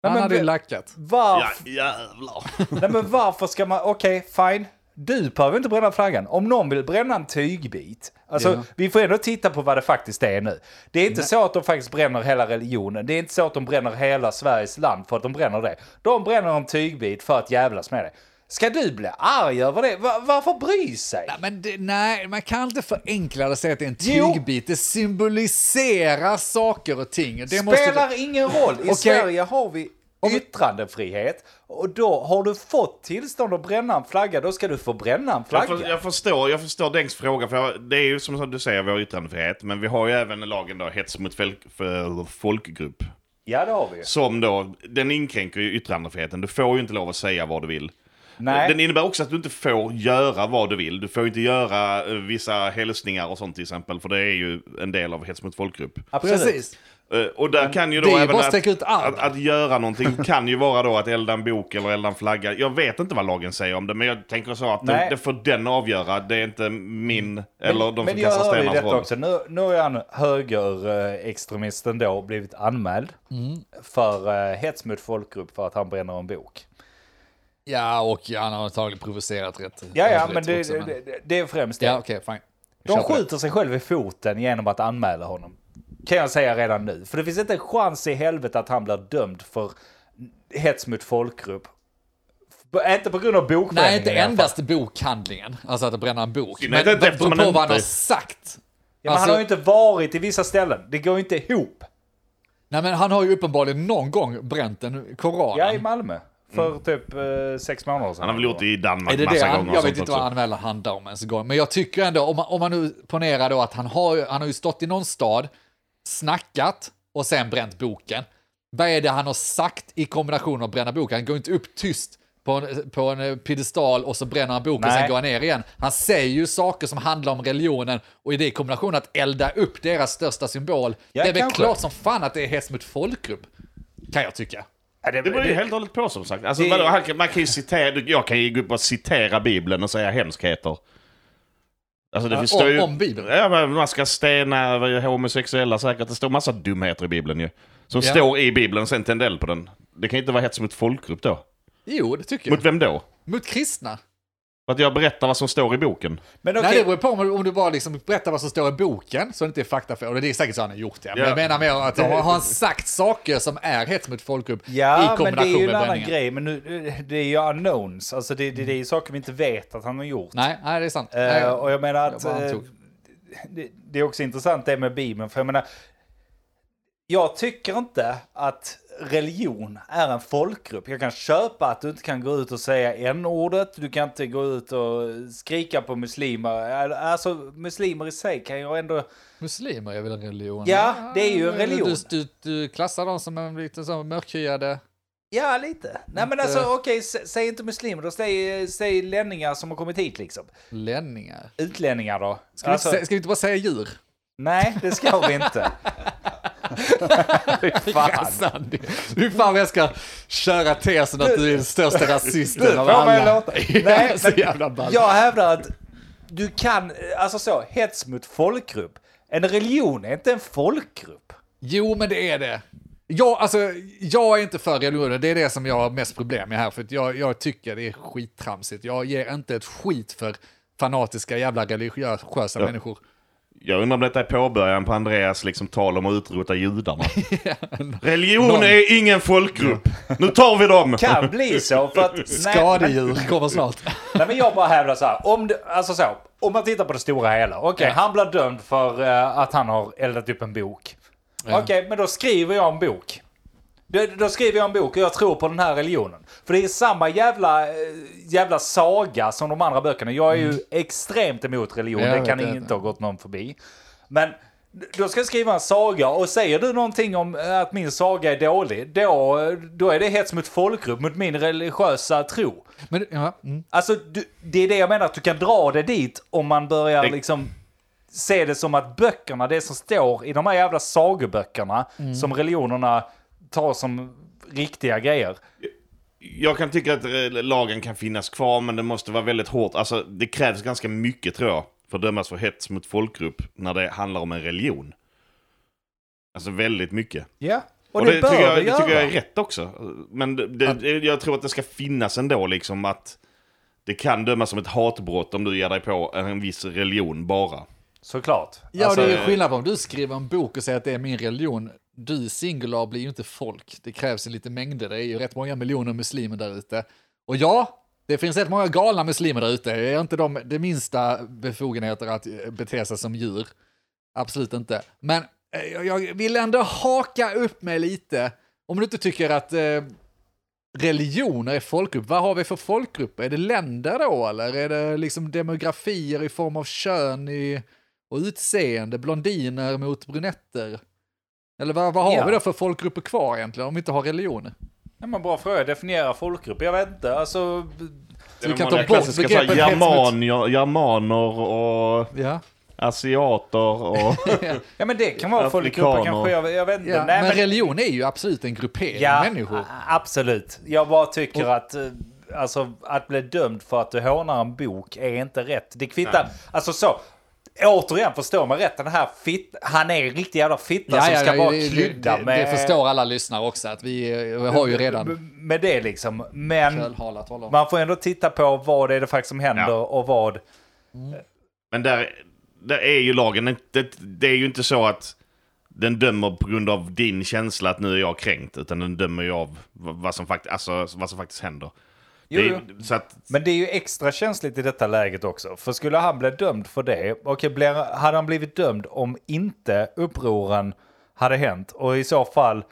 S4: Han
S2: men
S4: hade ju
S2: vi-
S4: lackat.
S5: Ja,
S2: Varför,
S5: jävlar.
S2: nej, men varför ska man... Okej, fine. Du behöver inte bränna flaggan. Om någon vill bränna en tygbit. Alltså,
S4: Ja.
S2: vi får ändå titta på vad det faktiskt är nu. Det är inte så att de faktiskt bränner hela religionen. Det är inte så att de bränner hela Sveriges land för att de bränner det. De bränner en tygbit för att jävlas med det. Ska du bli arg över det? Va- varför bry sig?
S4: Nej, men det, nej, man kan inte förenkla det och säga att det är en
S2: Jo.
S4: tygbit. Det symboliserar saker och ting. Det
S2: spelar
S4: måste...
S2: ingen roll. I
S4: Okej.
S2: Sverige har vi yttrandefrihet. Och då har du fått tillstånd att bränna en flagga, då ska du få bränna en
S5: Jag,
S2: flagga.
S5: för, jag förstår, jag förstår Dengs fråga, för jag, det är ju som du säger, vi har yttrandefrihet, men vi har ju även lagen då, hets mot fel, för folkgrupp.
S2: Ja, det har vi ju.
S5: Som då, den inskränker ju yttrandefriheten, du får ju inte lov att säga vad du vill.
S2: Nej.
S5: Den innebär också att du inte får göra vad du vill, du får inte göra eh, vissa hälsningar och sånt till exempel, för det är ju en del av hets mot folkgrupp.
S2: Absolut.
S4: Precis.
S5: Eh, Och där kan ju
S4: det
S5: då
S4: är ju
S5: även
S4: bara
S5: att,
S4: att sträcka ut armen.
S5: att, att göra någonting kan ju vara då att elda en bok eller elda en flagga. Jag vet inte vad lagen säger om det, men jag tänker så att det,
S2: Nej.
S5: det får den avgöra. Det är inte min eller de
S2: Men
S5: som
S2: jag
S5: kastar
S2: hör ju
S5: stenarnas
S2: detta
S5: roll.
S2: också. Nu, nu har ju han högerextremisten då blivit anmäld för eh, hets mot folkgrupp för att han bränner en bok.
S4: Ja, och han har antagligen provocerat rätt.
S2: Ja, ja,
S4: rätt
S2: men det,
S4: också,
S2: det, det, det är främst det.
S4: Ja, okej, fine.
S2: De
S4: Kör på det.
S2: skjuter sig själv i foten genom att anmäla honom. Kan jag säga redan nu. För det finns inte en chans i helvete att han blir dömd för hets mot folkgrupp. F- Inte på grund av bokbränningen.
S4: Nej, inte
S2: i alla fall.
S4: endast bokhandlingen, alltså att bränna en bok.
S5: Nej,
S4: Men
S5: det är
S4: det
S5: inte
S4: beror
S5: eftersom
S4: på
S5: man
S4: vad han
S5: inte-
S4: har sagt.
S2: Ja, men Han
S4: Alltså-
S2: har ju inte varit i vissa ställen. Det går ju inte ihop.
S4: Nej, men han har ju uppenbarligen någon gång bränt en koran.
S2: Jag är i Malmö. För typ eh, sex månader sedan.
S5: Han har väl gjort det i Danmark
S4: Är det det
S5: massa
S4: han,
S5: gånger.
S4: jag
S5: och
S4: vet
S5: sånt
S4: inte vad
S5: också.
S4: anmälan handlar om ens en gång. Men jag tycker ändå, om man, om man nu ponerar då att han har, ju- han har ju stått i någon stad, snackat och sen bränt boken. Vad är det han har sagt i kombination av att bränna boken? Han går inte upp tyst på en, på en eh, piedestal och så bränner han boken och
S2: Nej.
S4: sen går han ner igen. Han säger ju saker som handlar om religionen och i det i kombination att elda upp deras största symbol.
S2: Ja,
S4: det är väl
S2: kanske.
S4: klart som fan att det är hets mot folkgrupp. Kan jag tycka.
S2: Ja, det,
S5: Det beror ju helt och hållet på som sagt. Alltså,
S2: Det-
S5: vadå, han kan- man kan ju citera, jag kan ju gå upp och citera Bibeln och säga hemskheter. Alltså, det
S4: Ja,
S5: står
S4: om-
S5: ju,
S4: om Bibeln.
S5: Ja, men man ska stena homosexuella säkert. Det står massa dumheter i Bibeln ju. Som
S4: Ja.
S5: står i Bibeln och sen tändeld på den. Det kan ju inte vara hets mot folkgrupp då.
S4: Jo, det tycker jag.
S5: Mot
S4: Mot,
S5: vem då?
S4: kristna.
S5: För att jag berättar vad som står i boken.
S2: men
S4: Nej,
S2: okej.
S4: det beror på om, om du bara liksom berättar vad som står i boken, så det inte är faktafel. Och det är säkert så han har gjort det. Men
S5: Ja.
S4: jag menar mer att har har han sagt saker som är hets mot folkgrupp i
S2: Ja, men det är
S4: kombination
S2: ju
S4: med
S2: en annan
S4: bränningen?
S2: grej. Men nu, eh, det är ju unknowns. Alltså det, det, det är ju saker vi inte vet att han har gjort.
S4: Nej, nej, det är sant.
S2: Eh,
S4: Nej,
S2: och jag menar
S4: jag
S2: att
S4: bara
S2: eh,
S4: antog.
S2: det, det är också intressant det med Bibeln. För jag menar, jag tycker inte att religion är en folkgrupp. Jag kan köpa att du inte kan gå ut och säga n-ordet. Du kan inte gå ut och skrika på muslimer. Alltså muslimer i sig kan jag ändå...
S4: Muslimer är väl en religion?
S2: Ja, det är ju en religion.
S4: Du, du, du klassar dem som en lite så mörkhyade...
S2: Ja, lite. Nej men
S4: eh,
S2: alltså okej, sä- säg inte muslimer då. Säg, säg länningar som har kommit hit liksom.
S4: Länningar.
S2: Utlänningar då.
S4: Ska,
S2: Alltså-
S4: vi, inte sä- ska vi inte bara säga djur?
S2: Nej, det ska vi inte. Fy fan.
S4: Rasande. Hur fan vad jag ska köra tesen att du är den största
S2: Du
S4: rasisten av
S2: får mig
S4: alla.
S2: låta. Nej,
S4: så jävla
S2: men
S4: ball.
S2: jag hävdar att du kan, alltså så, hets mot folkgrupp. En religion är inte en folkgrupp.
S4: Jo, men det är det. Jag, alltså, jag är inte för religioner, det är det som jag har mest problem med här, för att jag, jag tycker det är skittramsigt. Jag ger inte ett skit för fanatiska jävla religiösa människor.
S5: Jag undrar om detta är påbörjan på Andreas liksom tal om att utrota judarna. Religion
S4: Någon-
S5: är ingen folkgrupp. Nu tar vi dem!
S2: Kan bli så för att... Nej,
S4: Skadedjur kommer snart.
S2: nej men jag bara hävdar så här, om, det, alltså så, om man tittar på det stora hela. Okej, han blir dömd för eh, att han har eldat upp en bok. Okej, men då skriver jag en bok. Då, då skriver jag en bok och jag tror på den här religionen. För det är samma jävla, eh, jävla saga som de andra böckerna. Jag är ju extremt emot religion,
S4: Mm. Ja, jag
S2: det kan
S4: vet det.
S2: inte ha gått någon förbi. Men då ska jag skriva en saga och säger du någonting om eh, att min saga är dålig, då, då är det hets mot folkgrupp, mot min religiösa tro.
S4: Men, ja, mm.
S2: Alltså, du, det är det jag menar, att du kan dra det dit om man börjar
S5: Det-
S2: liksom se det som att böckerna, det som står i de här jävla sagoböckerna
S5: Mm.
S2: som religionerna tar som riktiga grejer.
S5: Jag kan tycka att eh, lagen kan finnas kvar, men det måste vara väldigt hårt. Alltså, det krävs ganska mycket, tror jag, för att dömas för hets mot folkgrupp när det handlar om en religion. Alltså väldigt mycket.
S2: Ja, och,
S5: Och,
S2: det,
S5: det,
S2: bör
S5: tycker jag,
S2: det
S5: det
S2: göra.
S5: tycker jag är rätt också. Men det, det, jag tror att det ska finnas ändå liksom att det kan dömas som ett hatbrott om du ger dig på en viss religion bara.
S2: Såklart.
S4: ja
S2: Alltså,
S4: det är ju skillnad på om du skriver en bok och säger att det är min religion. Du singular blir ju inte folk. Det krävs en liten mängder. Det är ju rätt många miljoner muslimer där ute. Och ja, det finns rätt många galna muslimer där ute. Jag är inte de det minsta befogenheter att eh, bete sig som djur. Absolut inte. Men eh, jag- jag vill ändå haka upp mig lite. Om du inte tycker att eh, religioner är folkgrupp, vad har vi för folkgrupper? Är det länder då eller är det liksom demografier i form av kön i, och utseende? Blondiner mot brunetter? Eller vad, vad har
S2: Ja.
S4: vi då för folkgrupper kvar egentligen om vi inte har religion?
S2: Ja, men bra fråga, definiera folkgrupp, jag vet inte. Alltså, b-
S4: Så vi kan
S5: De
S4: ta
S5: vanliga
S4: bort
S5: klassiska så här
S4: begreppet hets mot-
S5: Germanier, germaner och
S4: Ja,
S5: asiater och...
S2: ja men det kan vara folkgrupper
S5: Afrikaner.
S2: kanske, jag, jag vet inte.
S4: ja.
S2: Nej,
S4: men
S2: men-
S4: religion är ju absolut en gruppering
S2: Ja,
S4: människor.
S2: a- absolut. Jag bara tycker att eh, alltså, att bli dömd för att du hånar en bok är inte rätt. Det kvittar. Alltså så. Återigen, förstår man rätt? Den här fit, han är en riktig jävla fitta som ska vara
S4: det-
S2: krydda
S4: det,
S2: med,
S4: det förstår alla lyssnare också att vi, eh, vi har ju redan
S2: med det liksom. Men
S4: kölhalat honom.
S2: man får ändå titta på vad det är det faktiskt som händer
S5: Ja.
S2: och vad.
S5: Men där, där är ju lagen inte... Det är ju inte så att den dömer på grund av din känsla att nu är jag kränkt, utan den dömer ju av vad vad som, fakt, alltså, vad som faktiskt händer.
S2: Jo,
S5: det
S2: jo.
S5: är, Så att
S2: Men det är ju extra känsligt i detta läget också. För skulle han bli dömd för det, okej, blir, hade han blivit dömd om inte upproren hade hänt? Och i så fall,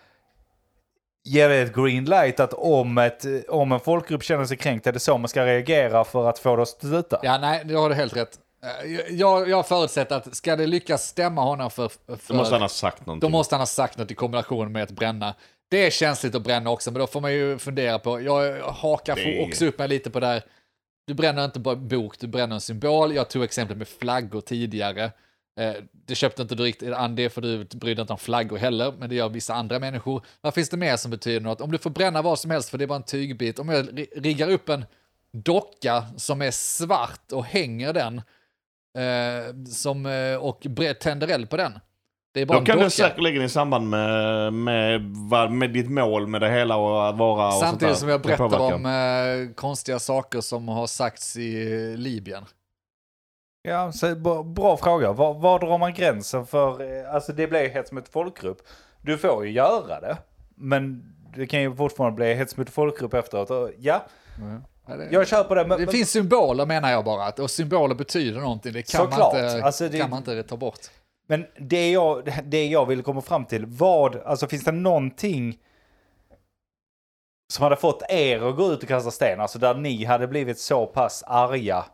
S2: ger det ett green light att om, ett, om en folkgrupp känner sig kränkt är det så man ska reagera för att få det att sluta?
S4: Ja, nej, det har du helt rätt. Eh, Jag, jag förutsätter att ska det lyckas stämma honom för... för
S5: då måste han ha sagt
S4: då
S5: någonting.
S4: måste han ha sagt något i kombination med att bränna. Det är känsligt att bränna också, men då får man ju fundera på... Jag hakar
S5: Det är-
S4: också upp mig lite på där. Du bränner inte bara bok, du bränner en symbol. Jag tog exemplet med flaggor tidigare. Eh, Det köpte inte du riktigt an det, för du brydde dig inte om flaggor heller, men det gör vissa andra människor. Vad finns det mer som betyder något? Om du får bränna vad som helst, för det var en tygbit. Om jag ri- riggar upp en docka som är svart och hänger den eh, som, eh, och bre- tänder eld på den. Det är bara
S5: Då
S4: en
S5: kan
S4: docka.
S5: det säkerligen i samband med, med, vad- med ditt mål med det hela och att vara och sånt där.
S4: Samtidigt som jag
S5: Det
S4: berättar
S5: påverkar.
S4: om eh, konstiga saker som har sagts i eh, Libyen.
S2: Ja, så, bra, bra fråga. Var, var drar man gränsen för, eh, alltså det blir hets mot folkgrupp. Du får ju göra det, men det kan ju fortfarande bli hets mot folkgrupp efteråt. Och, ja,
S4: Ja, det-
S2: jag köper det. Men,
S4: det
S2: men-
S4: finns symboler menar jag bara, att- och symboler betyder någonting. Det kan, man
S2: Såklart.
S4: inte,
S2: Alltså, det-
S4: kan man inte ta bort.
S2: Men det jag, det jag vill komma fram till, vad, alltså finns det någonting som hade fått er att gå ut och kasta sten? Alltså där ni hade blivit så pass arga.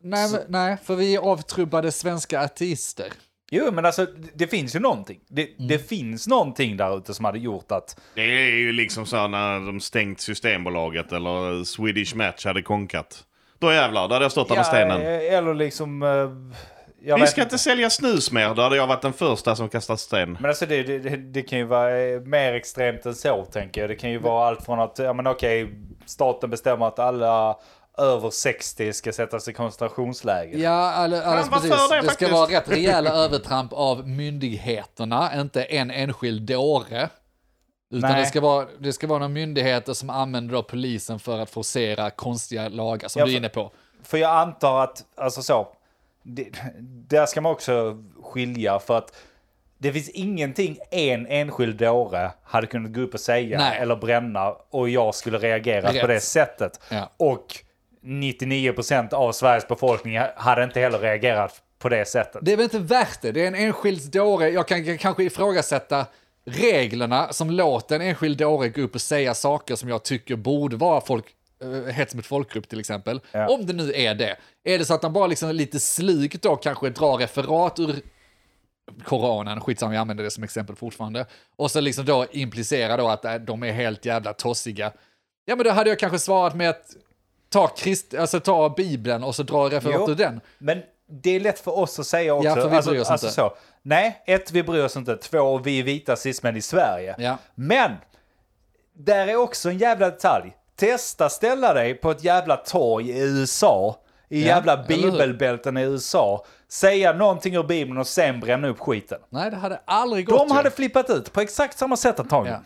S4: Nej, men- nej, för vi är avtrubbade svenska ateister.
S2: Jo, men alltså det finns ju någonting. Det,
S5: Mm.
S2: det finns någonting där ute som hade gjort att...
S5: Det är ju liksom så här när de stängt Systembolaget eller Swedish Match hade konkat. Då jävlar, då hade jag stått där med stenen.
S2: eh, Eller liksom... eh, Jag
S5: Vi
S2: vet
S5: ska
S2: inte.
S5: inte sälja snus mer, då hade jag varit den första som kastat sten.
S2: Men alltså det, det, det- det kan ju vara eh, mer extremt än så tänker jag. Det kan ju vara allt från att, ja men okej, staten bestämmer att alla över 60 ska sättas i koncentrationsläger.
S4: Ja, alla, alla,
S5: vad
S4: precis.
S5: för
S4: Det,
S5: det
S4: ska
S5: faktiskt?
S4: vara rätt rejäla övertramp av myndigheterna, inte en enskild dåre. Utan
S2: Nej.
S4: det ska, vara, det ska vara några myndigheter som använder då polisen för att forcera konstiga lagar som
S2: Ja,
S4: du är
S2: för-
S4: inne på.
S2: För jag antar att, alltså så, det, där ska man också skilja för att det finns ingenting en enskild dåre hade kunnat gå upp och säga
S4: Nej.
S2: eller bränna och jag skulle reagera
S4: Rätt.
S2: på det sättet.
S4: Ja.
S2: Och 99% av Sveriges befolkning hade inte heller reagerat på det sättet.
S4: Det är väl inte värt det? Det är en enskild dåre. Jag kan k- kanske ifrågasätta reglerna som låter en enskild dåre gå upp och säga saker som jag tycker borde vara folk, eh, hets mot folkgrupp till exempel. Om det nu är det. Är det så att han bara liksom lite slugt då kanske drar referat ur Koranen, skitsamma jag använder det som exempel fortfarande. Och så liksom då implicera då att äh, de är helt jävla tossiga. Ja men då hade jag kanske svarat med att ta, krist, alltså, ta bibeln och så dra referat
S2: Jo,
S4: ur den.
S2: Men det är lätt för oss att säga också.
S4: Ja, för vi bryr oss
S2: alltså
S4: inte.
S2: så. Nej, ett, vi bryr oss inte. Två, vi är vita cis-män i Sverige.
S4: Ja.
S2: Men, där är också en jävla detalj. Testa ställa dig på ett jävla torg i USA, i
S4: Ja,
S2: jävla
S4: eller hur?
S2: bibelbälten i USA, säga någonting ur Bibeln och sen bränna upp skiten.
S4: Nej, det hade aldrig gått.
S2: De
S4: ju.
S2: hade flippat ut på exakt samma sätt antagligen.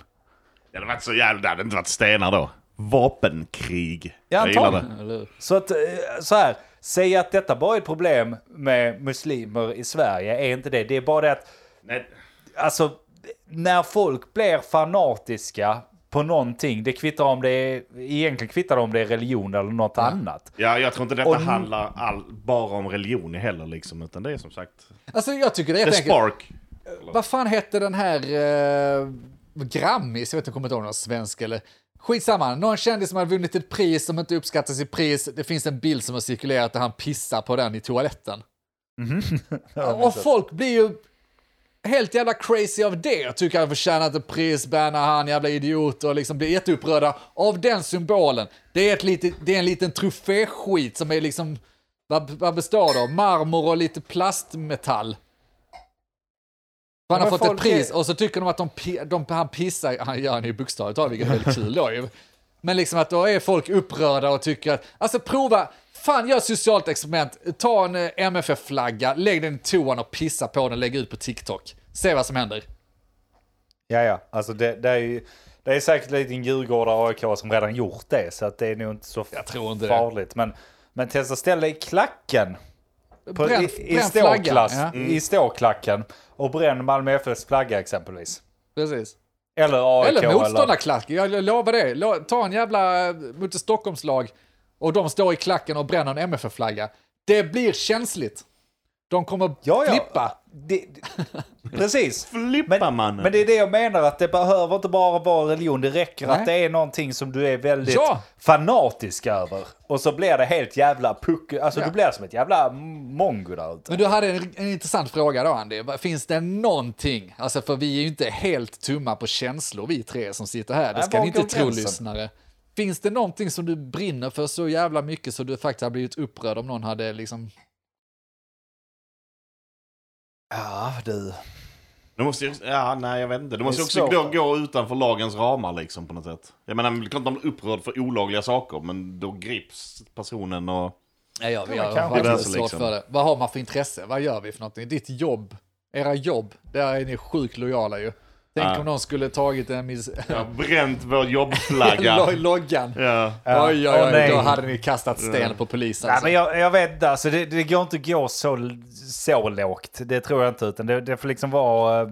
S5: Det hade varit så jävla... Det hade inte varit stenar då. Vapenkrig.
S2: Ja,
S5: Jag gillar
S2: antagligen.
S5: det.
S4: Eller hur?
S2: Så att, eh, så här, säga att detta bara är ett problem med muslimer i Sverige är inte det. Det är bara det att
S5: Nej,
S2: alltså, när folk blir fanatiska på någonting, det kvittar om det är, egentligen kvittar det om det är religion eller något annat.
S5: ja, jag tror inte detta
S2: Och-
S5: handlar all, bara om religion heller liksom. Utan det är som sagt...
S4: Alltså jag tycker det är
S5: The
S4: helt enkelt.
S5: spark.
S4: Vad fan hette den här eh, Grammis? Jag vet inte, jag kommer inte ihåg någon svensk eller... Skitsamma, någon kändis som har vunnit ett pris som inte uppskattas i pris. Det finns en bild som har cirkulerat där han pissar på den i toaletten. och folk blir ju helt jävla crazy av det. Jag tycker han förtjänar inte pris, bannar han, jävla idiot och liksom blir jätteupprörda av den symbolen. Det är, ett litet, det är en liten troféskit som är liksom, vad, vad består det av? Marmor och lite plastmetall. Han har
S2: men
S4: fått ett
S2: folk
S4: pris
S2: är-
S4: och så tycker de att de, pi- de, han pissar, han gör han ju bokstavligt talat, vilket är väldigt kul då ju. Men liksom att då är folk upprörda och tycker att, alltså prova, fan gör ett socialt experiment, ta en eh, MFF-flagga, lägg den i toan och pissa på den, lägg ut på TikTok. Se vad som händer.
S2: Ja, ja, alltså det, det är ju... Det är säkert en liten djurgårdare och AIK som redan gjort det, så att det är nog inte så
S4: Jag tror inte det.
S2: farligt. Men, men testa ställa dig i klacken. På,
S4: Bränn-
S2: i, i,
S4: bränn flaggan,
S2: ståklass,
S4: ja.
S2: I ståklacken. Och bränn Malmö FFs flagga exempelvis.
S4: Precis.
S2: Eller AIK.
S4: Eller motståndarklack, jag jag lovar det. Lo- Ta en jävla, eh, mot ett Stockholmslag och de står i klacken och bränner en MFF-flagga. Det blir känsligt. De kommer
S2: Ja, ja.
S4: flippa.
S2: Det, det, precis.
S5: Flippa
S2: Men-
S5: mannen.
S2: Men det är det jag menar, att det behöver inte bara vara religion, det räcker
S4: Nej.
S2: att det är någonting som du är väldigt
S4: Ja.
S2: fanatisk över. Och så blir det helt jävla puck, alltså
S4: Ja.
S2: du blir som ett jävla m- mongo där ute.
S4: Men du hade en, en intressant fråga då, Andy. Vad- Finns det någonting, alltså för vi är ju inte helt tumma på känslor, vi tre som sitter här. Det
S2: Nej,
S4: ska
S2: var
S4: ni inte
S2: går
S4: tro,
S2: gränsen?
S4: lyssnare. Finns det någonting som du brinner för så jävla mycket så du faktiskt hade blivit upprörd om någon hade liksom...
S2: Ja du.
S5: Du måste ju, ja, nej jag vet inte. Du måste ju också
S2: svårt.
S5: då gå utanför lagens ramar liksom på något sätt. Jag menar, man kan inte bli upprörd för olagliga saker, men då grips personen och...
S4: Nej, ja, vi har
S2: kanske.
S5: Det är
S4: faktiskt
S5: så
S4: svårt
S5: liksom.
S4: för det. Vad har man för intresse? Vad gör vi för någonting? Ditt jobb, era jobb, där är ni sjukt lojala ju. Tänk
S5: Ja.
S4: om någon skulle tagit en miss...
S5: Jag har bränt vår jobbflagga.
S4: Lo- loggan.
S5: ja.
S4: Oj, oj,
S2: Åh,
S4: oj,
S2: nej.
S4: då hade ni kastat sten på polisen.
S2: Nej,
S4: alltså.
S2: men jag, jag vet inte, alltså det, det går inte att gå så, så lågt. Det tror jag inte, utan det, det får liksom vara... eh,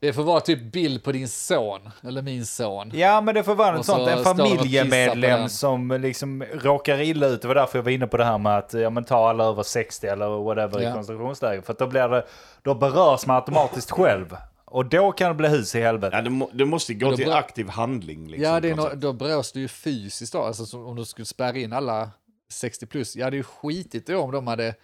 S4: Det får vara typ bild på din son, eller min son.
S2: Ja, men det får vara något
S4: Och så
S2: sånt. En
S4: står de och pissar på
S2: familjemedlem
S4: den.
S2: som liksom råkar illa ut. Det var därför jag var inne på det här med att ja, men ta alla över 60 eller whatever
S4: Ja.
S2: i koncentrationsläger. För att då, blir det, då berörs man automatiskt själv. Och då kan det bli hus i helvete.
S5: Ja, du, må, du måste ju gå
S4: Då
S5: till
S4: bra-
S5: aktiv handling. Liksom,
S4: Ja, det är
S5: på något
S4: nå-
S5: sätt.
S4: då berörs du ju fysiskt då, alltså som om du skulle spärra in alla 60 plus. Jag hade ju skitit då om de hade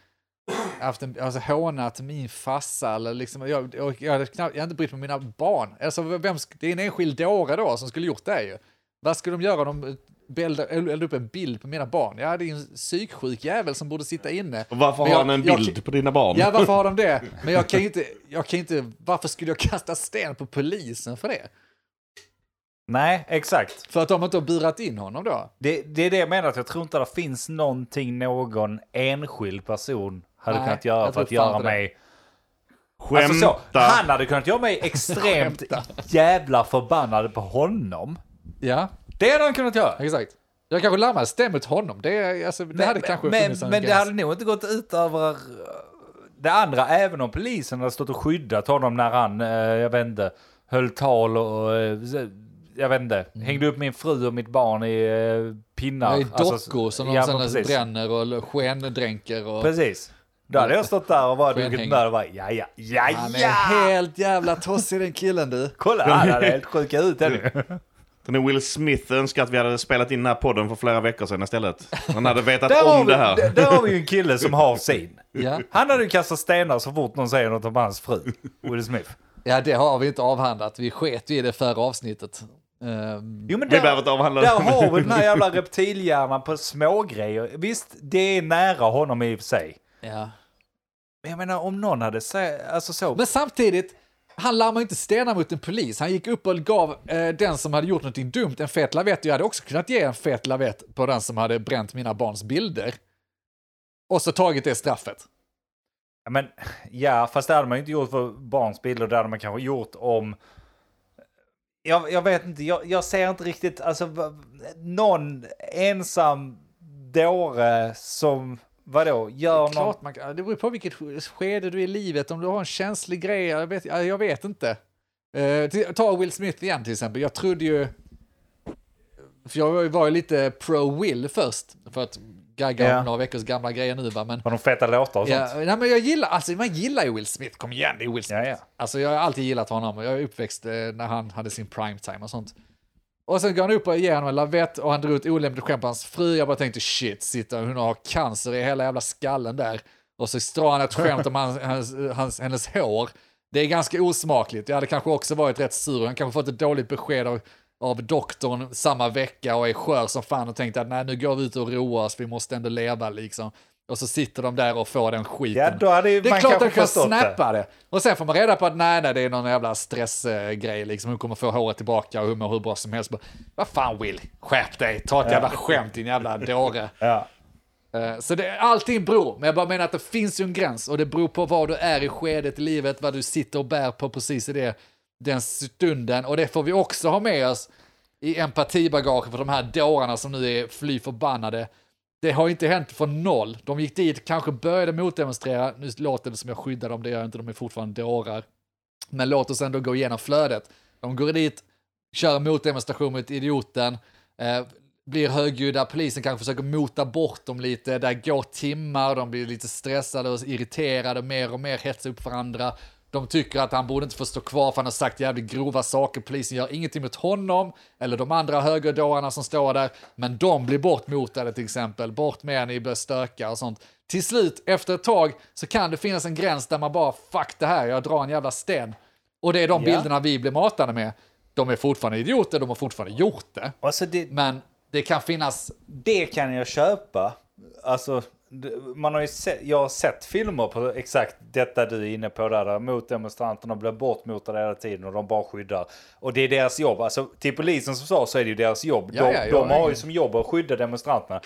S4: haft en, alltså hånat min farsa eller liksom, jag, jag, jag hade knappt, jag hade inte brytt mig om mina barn. Alltså vem, sk- det är en enskild dåre då som skulle gjort det ju. Vad skulle de göra om eh, de bällde- eldade upp en bild på mina barn? Ja, det är en psyksjuk jävel som borde sitta inne.
S5: Och varför
S4: Men
S5: har
S4: jag-
S5: han en
S4: jag-
S5: bild på dina barn?
S4: Ja, varför har de det? Men jag kan ju inte, jag kan ju inte, varför skulle jag kasta sten på polisen för det?
S2: Nej, exakt.
S4: För att de inte har burat in honom då?
S2: Det, det är det jag menar, att jag tror inte det finns någonting någon enskild person hade
S4: Nej,
S2: kunnat
S4: jag
S2: göra för
S4: tror
S2: att
S4: fan
S2: göra
S4: inte det.
S2: mig...
S5: Skämta!
S2: Alltså så, han hade kunnat göra mig extremt
S4: Skämta.
S2: jävla förbannad på honom.
S4: Ja,
S2: Det hade han kunnat göra.
S4: exakt. Jag kanske larmar stämmer till honom. Det, är- alltså, det hade kanske
S2: men,
S4: funnits en
S2: men det
S4: gräns.
S2: hade nog inte gått ut över eh, det andra, även om polisen hade stått och skyddat honom när han, eh, jag vet inte, höll tal och, eh, jag vet inte,
S4: Mm.
S2: hängde upp min fru och mitt barn i eh, pinnar.
S4: Det är dockor
S2: Alltså,
S4: som de
S2: ja,
S4: sen
S2: men precis.
S4: bränner och skendränker. Och...
S2: Precis. Då hade jag stått där och bara druckit
S4: Skönhängare.
S2: öl och bara ja, ja, ja,
S4: Han är
S2: ja.
S4: helt jävla tossig den killen du.
S2: Kolla, han hade helt sjuka ut ännu.
S5: Den är Will Smith önskar att vi hade spelat in den här podden för flera veckor sedan istället. Han hade
S2: Där
S5: vetat
S2: har,
S5: om
S2: vi,
S5: det här.
S2: där, där har vi ju en kille som har sin.
S4: Ja.
S2: Han hade ju kastat stenar så fort någon säger något om hans fru, Will Smith.
S4: ja, det har vi inte avhandlat. Vi sket i det förra avsnittet. Ehm,
S2: Jo, men
S5: Vi behöver inte avhandla det.
S2: Där har vi den här jävla reptilhjärnan på smågrejer. Visst, det är nära honom i och för sig.
S4: ja.
S2: Men jag menar om någon hade sä- alltså så.
S4: Men samtidigt, han larmade inte stenar mot en polis. Han gick upp och gav eh, den som hade gjort någonting dumt en fet lavett. Jag hade också kunnat ge en fet lavett på den som hade bränt mina barns bilder. Och så tagit det straffet.
S2: Ja, Men, ja, fast det hade man ju inte gjort för barns bilder. Det hade man kanske gjort om... Jag, jag vet inte, jag, jag ser inte riktigt, alltså va- någon ensam dåre som, vadå, gör något.
S4: Klart man, kan- det beror på vilket sk- skede du är i livet, om du har en känslig grej, jag vet, ja, jag vet inte. Eh, till- ta Will Smith igen till exempel, jag trodde ju... För jag var ju- var ju lite pro-Will först, för att gagga
S2: Ja.
S4: om några veckors gamla grejer nu va, men...
S2: Har de feta låtar och
S4: Ja,
S2: sånt?
S4: nej, men jag gillar, alltså man gillar ju Will Smith, kom igen, det är Will Smith.
S2: Ja, ja.
S4: Alltså jag har alltid gillat honom, jag är uppväxt eh, när han hade sin primetime och sånt. Och sen går han upp och ger honom en lavett och han drog ett olämpligt skämt på hans fru. Jag bara tänkte shit, sitter hon och har cancer i hela jävla skallen där. Och så drar han ett skämt om hans, hans, hans, hennes hår. Det är ganska osmakligt. Jag hade kanske också varit rätt sur. Han kanske fått ett dåligt besked av, av doktorn samma vecka och är skör som fan och tänkte att nej nu går vi ut och roar oss, vi måste ändå leva liksom. Och så sitter de där och får den skiten.
S2: Ja, då hade ju
S4: det är
S2: man
S4: klart att
S2: kanske
S4: de kan
S2: förstått det.
S4: snappa det. Och sen får man reda på att nej, nej, det är någon jävla stressgrej liksom. Hon kommer få håret tillbaka och hon mår hur bra som helst. Bara, Vad fan Will, skärp dig, ta ett jävla skämt din jävla dåre.
S2: Ja.
S4: Eh, Så det, allting beror, men jag bara menar att det finns ju en gräns och det beror på var du är i skedet i livet, vad du sitter och bär på precis i det, den stunden. Och det får vi också ha med oss i empatibagaget för de här dårarna som nu är fly förbannade. Det har inte hänt från noll. De gick dit, kanske började motdemonstrera, nu låter det som jag skyddar dem, det gör jag inte, de är fortfarande dårar. Men låt oss ändå gå igenom flödet. De går dit, kör motdemonstration mot idioten, eh, blir högljudda, polisen kanske försöker mota bort dem lite, där går timmar, de blir lite stressade och irriterade, mer och mer hetsar upp varandra. De tycker att han borde inte få stå kvar för han har sagt jävligt grova saker, polisen gör ingenting mot honom eller de andra högerdårarna som står där, men de blir bortmotade till exempel, bort med er, ni börjar stöka och sånt. Till slut, efter ett tag, så kan det finnas en gräns där man bara fuck det här, jag drar en jävla sten. Och det är de
S2: Ja.
S4: bilderna vi blir matade med. De är fortfarande idioter, de har fortfarande gjort det.
S2: Alltså det,
S4: Men det kan finnas...
S2: det kan jag köpa. Alltså, det- man har ju sett, jag har sett filmer på exakt detta du är inne på där, där motdemonstranterna blir bortmotade hela tiden och de bara skyddar. Och det är deras jobb, alltså till polisen som sa så är det ju deras jobb.
S4: Ja,
S2: de
S4: ja, ja,
S2: de har ju
S4: ja.
S2: som jobb att skydda demonstranterna.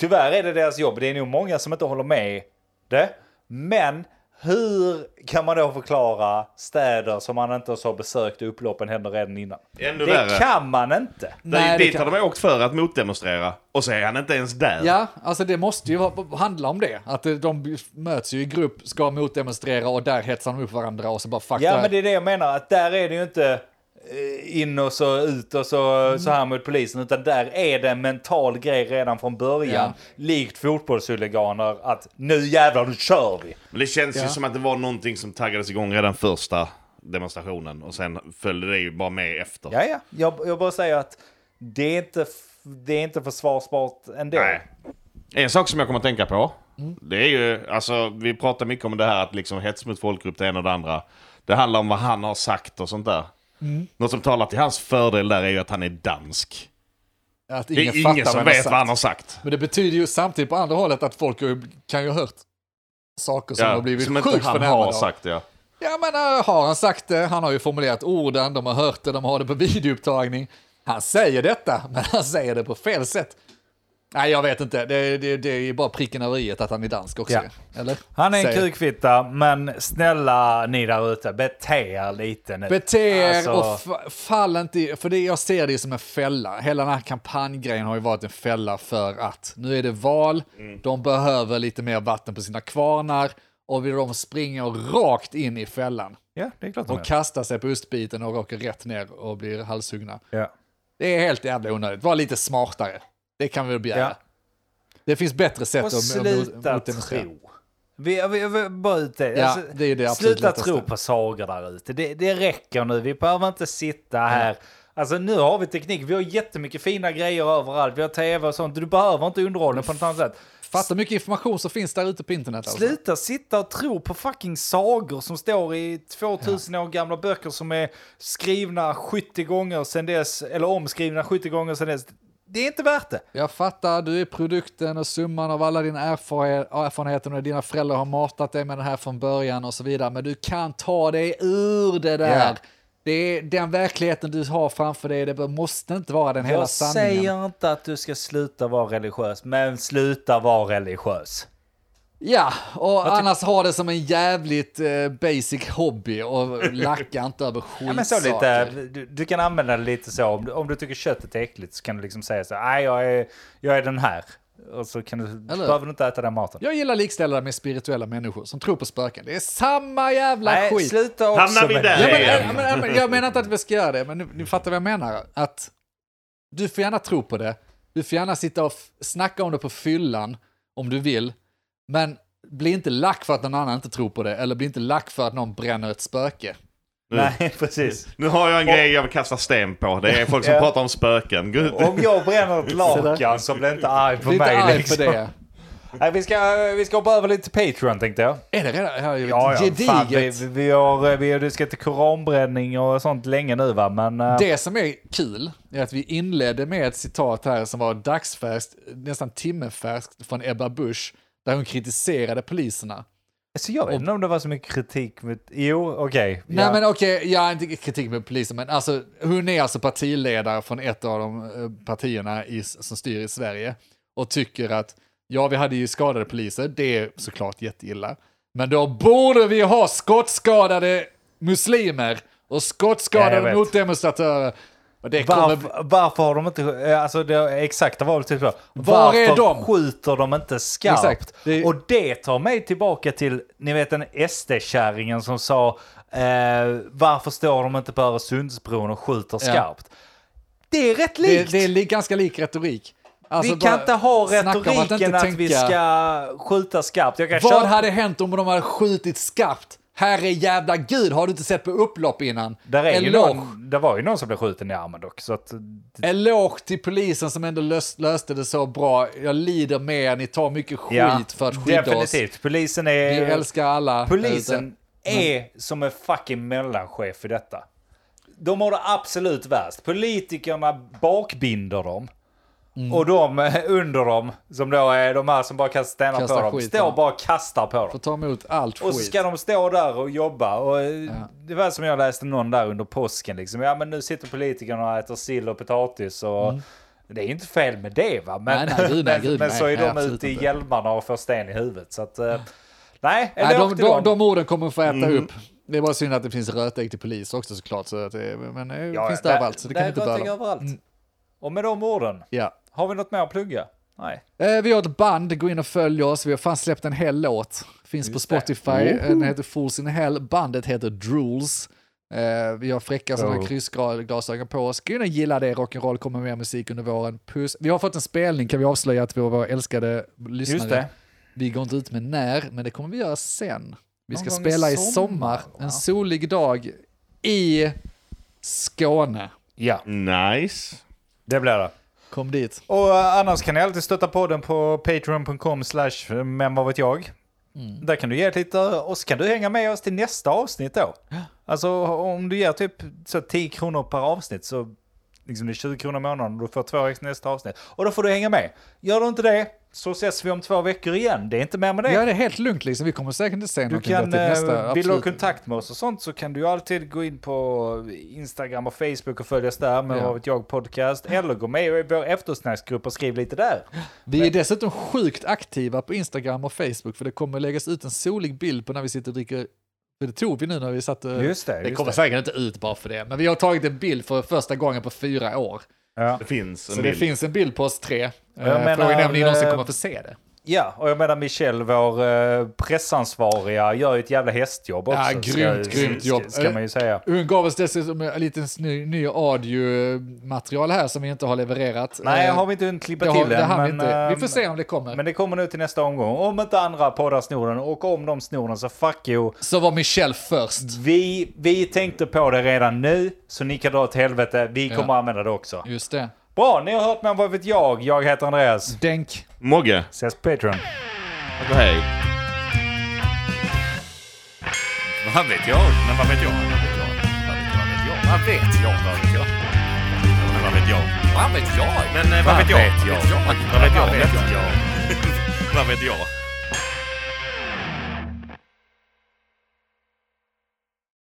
S2: Tyvärr är det deras jobb, det är nog många som inte håller med det. Men hur kan man då förklara städer som man inte ens har besökt och upploppen händer redan innan?
S5: Ännu
S2: det
S5: värre.
S2: kan man inte.
S5: Det är ju
S4: det
S5: dit
S4: kan-
S5: hade man åkt för att motdemonstrera. Och så är han inte ens där.
S4: Ja, alltså det måste ju ha- handla om det. Att de möts ju i grupp, ska motdemonstrera och där hetsar de upp varandra och så bara fuck
S2: Ja,
S4: här.
S2: men det är det jag menar. Att där är det ju inte eh, in och så ut och så, så här mot polisen. Utan där är det en mental grej redan från början.
S4: Ja.
S2: Likt fotbollshuliganer. Att nu jävlar, nu kör vi.
S5: Men det känns
S4: Ja.
S5: ju som att det var någonting som taggades igång redan första demonstrationen. Och sen följde det ju bara med efter.
S2: Ja, ja. Jag, jag bara säger att det är inte, f- det är inte försvarsbart ändå.
S5: Nej. En sak som jag kommer att tänka på.
S2: Mm.
S5: Det är ju, alltså vi pratar mycket om det här att liksom hets mot folkgrupp det ena och det andra. Det handlar om vad han har sagt och sånt där.
S2: Mm.
S5: Något som talar till hans fördel där är ju att han är dansk.
S4: att
S5: Det är
S4: ingen
S5: ingen,
S4: fattar
S5: som
S4: vad, han
S5: vet
S4: har
S5: vad han
S4: sagt.
S5: har sagt.
S4: Men det betyder ju samtidigt på andra hållet att folk har- kan ju ha hört saker som har blivit
S5: som inte
S4: sjukt
S5: han
S4: förnärmade
S5: har
S4: av.
S5: sagt ja.
S4: Ja, men äh, har han sagt det? Han har ju formulerat orden, de har hört det, de har det på videoupptagning. Han säger detta, men han säger det på fel sätt. Nej, jag vet inte. Det, det, det är ju bara pricken över i att han är dansk också.
S2: Ja.
S4: Eller?
S2: Han är en
S4: Säger-
S2: kukfitta, men snälla ni där ute, bete er lite nu.
S4: Bete er
S2: Alltså-
S4: och fa- fall inte i- för det jag ser det som en fälla. Hela den här kampanjgrejen har ju varit en fälla för att nu är det val,
S2: Mm.
S4: de behöver lite mer vatten på sina kvarnar och vi- de springer rakt in i fällan
S2: Ja, det är klart de
S4: och
S2: är.
S4: kastar sig på ostbiten och åker rätt ner och blir halshuggna.
S2: Ja.
S4: Det är helt jävla onödigt. Var lite smartare. Det kan vi väl begära.
S2: Ja.
S4: Det finns bättre sätt
S2: Och
S4: att mot-
S2: sluta
S4: motdemonstrera.
S2: tro. Vi, vi, vi, bara ut det. Alltså,
S4: Ja, det är ju det absolut
S2: sluta
S4: lättaste.
S2: tro på sagor där ute. Det, det räcker nu. Vi behöver inte sitta här. Alltså nu har vi teknik. Vi har jättemycket fina grejer överallt. Vi har tv och sånt. Du behöver inte underhållning på något annat sätt.
S4: Fatta hur mycket information som finns där ute på internet. Alltså.
S2: Sluta sitta och tro på fucking sagor som står i 2000 år gamla böcker som är skrivna 70 gånger sedan dess, eller omskrivna 70 gånger sedan dess. Det är inte värt det.
S4: Jag fattar, du är produkten och summan av alla dina erfare- erfarenheter och dina föräldrar har matat dig med den här från början och så vidare. Men du kan ta dig ur det där.
S2: Ja.
S4: Det är den verkligheten du har framför dig, det be- måste inte vara den hela
S2: Jag
S4: sanningen.
S2: säger inte att du ska sluta vara religiös, men sluta vara religiös.
S4: Ja, och annars ha det som en jävligt eh, basic hobby och lacka inte över skitsaker.
S2: Ja, men så lite, du, du kan använda det lite så. Om du, om du tycker köttet är äckligt så kan du liksom säga så här, nej jag är, jag är den här. Och så kan du, behöver du inte äta den maten.
S4: Jag gillar likställda med spirituella människor som tror på spöken. Det är samma jävla
S2: Nej,
S4: skit.
S2: sluta också
S5: Hamnar vi
S2: med
S5: där
S4: Ja, men,
S5: igen?
S4: ja, men, ja, men, jag menar inte att vi ska göra det, men ni, ni fattar vad jag menar. Att du får gärna tro på det, du får gärna sitta och f- snacka om det på fyllan om du vill, men bli inte lack för att någon annan inte tror på det, eller bli inte lack för att någon bränner ett spöke.
S2: Nej, precis.
S5: Nu har jag en grej jag vill kasta sten på. Det är folk som
S2: Ja.
S5: pratar om spöken. Gud.
S2: Om jag bränner ett lakan så blir inte arg på
S4: Bli inte
S2: mig.
S4: arg
S2: liksom.
S4: för det.
S2: Nej, vi, ska, vi ska hoppa över lite till Patreon tänkte jag.
S4: Är det redan? Ja, gediget.
S2: Fan, vi, vi har, vi har diskat koranbränning och sånt länge nu va, men... eh,
S4: Det som är kul är att vi inledde med ett citat här som var dagsfärskt, nästan timmenfärskt, från Ebba Busch, där hon kritiserade poliserna.
S2: Så Alltså, jag vet inte om det var så mycket kritik mot... Jo, okej.
S4: Nej
S2: ja.
S4: men okej, jag har inte kritik med polisen, men alltså, hon är alltså partiledare från ett av de eh, partierna i, som styr i Sverige och tycker att ja, vi hade ju skadade poliser, det är såklart jätteilla, men då borde vi ha skottskadade muslimer och
S2: Ja, jag
S4: skottskadade
S2: vet.
S4: motdemonstratörer. Och det kommer...
S2: Varför, varför har de inte... eh, Alltså det exakta valet typ så.
S4: Var är
S2: varför
S4: de?
S2: skjuter de inte skarpt?
S4: Exakt. Det-
S2: Och det tar mig tillbaka till, ni vet den SD-kärringen som sa eh, varför står de inte på Öresundsbron och skjuter skarpt? Det är rätt likt.
S4: Det, det är li, ganska lik retorik. Alltså,
S2: vi kan
S4: bara
S2: inte ha
S4: snacka om
S2: retoriken att,
S4: inte
S2: vi
S4: tänka-
S2: ska skjuta skarpt. Jag kan
S4: Vad
S2: köpa-
S4: hade hänt om de hade skjutit skarpt? Herre jävla gud, har du inte sett på upplopp innan?
S2: Där är ju
S4: Eloge.
S2: någon, det var ju någon som blev skjuten i armen dock. Så att,
S4: Eloge till polisen som ändå lös, löste det så bra. Jag lider med er, ni tar mycket skit för att skydda oss.
S2: definitivt. Polisen är...
S4: Vi älskar alla. där
S2: Polisen
S4: ute. Mm.
S2: är som en fucking mellanchef i detta. De har det absolut värst. Politikerna bakbinder dem.
S4: Mm.
S2: Och de eh, under dem, som då är de här som bara kastar stenar
S4: Kastar
S2: på dem,
S4: skit,
S2: står
S4: ja.
S2: bara och kastar på
S4: Får
S2: dem.
S4: ta emot allt
S2: Och så
S4: skit.
S2: ska de stå där och jobba. Och eh, Det var som jag läste någon där under påsken. Liksom. Ja, men nu sitter politikerna och äter sill och potatis. Och Det är inte fel med det va? Men,
S4: Mm. Nej, nej, gud, nej,
S2: men,
S4: gud,
S2: men
S4: nej,
S2: så är
S4: nej,
S2: de
S4: absolut
S2: ute i
S4: inte.
S2: hjälmarna och får sten i huvudet. Så att, eh, nej,
S4: Nej,
S2: eloge
S4: de,
S2: till
S4: de,
S2: dem. Mm.
S4: de orden kommer att få äta upp. Det är bara synd att det finns rötägg till polis också såklart. Så att det, men det finns det överallt, så det kan vi inte
S2: rötägg
S4: bära dem. Mm.
S2: överallt. Och med de orden,
S4: Ja.
S2: har vi något mer att plugga? Nej.
S4: Eh, Vi har ett band, gå in och följ oss. Vi har fan släppt en hel låt. Finns på Spotify. Eh, Den heter Fools in Hell. Bandet heter Drools. Eh, Vi har fräcka sådana
S2: Oh.
S4: kryssglasögon på oss. Gå in och gilla det. Rock'n'roll kommer mer musik under våren. Puss. Vi har fått en spelning kan vi avslöja till våra älskade lyssnare.
S2: Just det.
S4: Vi går inte ut med när, men det kommer vi göra sen. Vi ska
S2: Någon gång i
S4: spela i sommar,
S2: sommar, va?
S4: en solig dag i Skåne.
S2: Ja,
S5: Nice.
S2: det blir det.
S4: Kom dit.
S2: Och eh, annars kan ni alltid stötta podden på patreon.com slash men vad vet jag.
S4: Mm.
S2: Där kan du ge lite och så kan du hänga med oss till nästa avsnitt då. Alltså om du ger typ så 10 kronor per avsnitt så liksom det är 20 kronor i månaden och du får två extra nästa avsnitt. Och då får du hänga med. Gör du inte det så ses vi om två veckor igen. Det är inte mer med det.
S4: Ja, det är helt lugnt liksom. Vi kommer säkert inte säga
S2: Du
S4: någonting
S2: kan,
S4: då till
S2: eh,
S4: nästa.
S2: vill du ha
S4: absolut.
S2: kontakt med oss och sånt så kan du ju alltid gå in på Instagram och Facebook och följa oss där med
S4: Ja.
S2: vad vet jag podcast. Eller gå med i vår eftersnacksgrupp och skriv lite där.
S4: Vi är dessutom sjukt aktiva på Instagram och Facebook för det kommer läggas ut en solig bild på när vi sitter och dricker för det tog vi nu när vi satt och-
S2: Just det,
S4: det
S2: just
S4: kommer
S2: det.
S4: säkert inte ut bara för det. Men vi har tagit en bild för första gången på fyra år.
S5: Det finns en
S4: Så det
S5: bild.
S4: finns en bild på oss tre. Eh,
S2: menar,
S4: Frågan är om ni någonsin
S2: eh,
S4: kommer få se det.
S2: Ja, och jag menar Michel, vår eh, pressansvariga, gör ju ett jävla hästjobb också.
S4: Ja, grymt,
S2: ska,
S4: grymt jobb. Eh,
S2: Ska man ju säga.
S4: Hon gav oss dessutom en liten ny, ny audio-material här som vi inte har levererat.
S2: Nej,
S4: Eh,
S2: har vi inte hunnit
S4: det
S2: klippa
S4: har,
S2: till
S4: det
S2: än.
S4: hann vi
S2: men,
S4: inte. Vi
S2: eh,
S4: får se om det kommer.
S2: Men det kommer nu till nästa omgång. Om inte andra poddar snor den och om de snor den så fuck you.
S4: Så var Michelle först.
S2: Vi, vi tänkte på det redan nu, så ni kan dra åt helvete. Vi kommer
S4: Ja.
S2: använda det också.
S4: Just det.
S2: Bra, ni har hört mig om Vad vet jag? Jag heter Andreas.
S4: Denk.
S5: Mogge,
S2: Ses på Patreon.
S5: hej.
S3: Vad vet jag? Men vad vet jag? Vad vet jag? Vad vet jag? Vad vet jag? Vad vet jag?
S5: Men vad
S3: Vad vet jag?
S5: vet jag? Men eh, vad vet jag? Vad vet jag?
S3: Vad vet jag?
S5: Vad vet jag?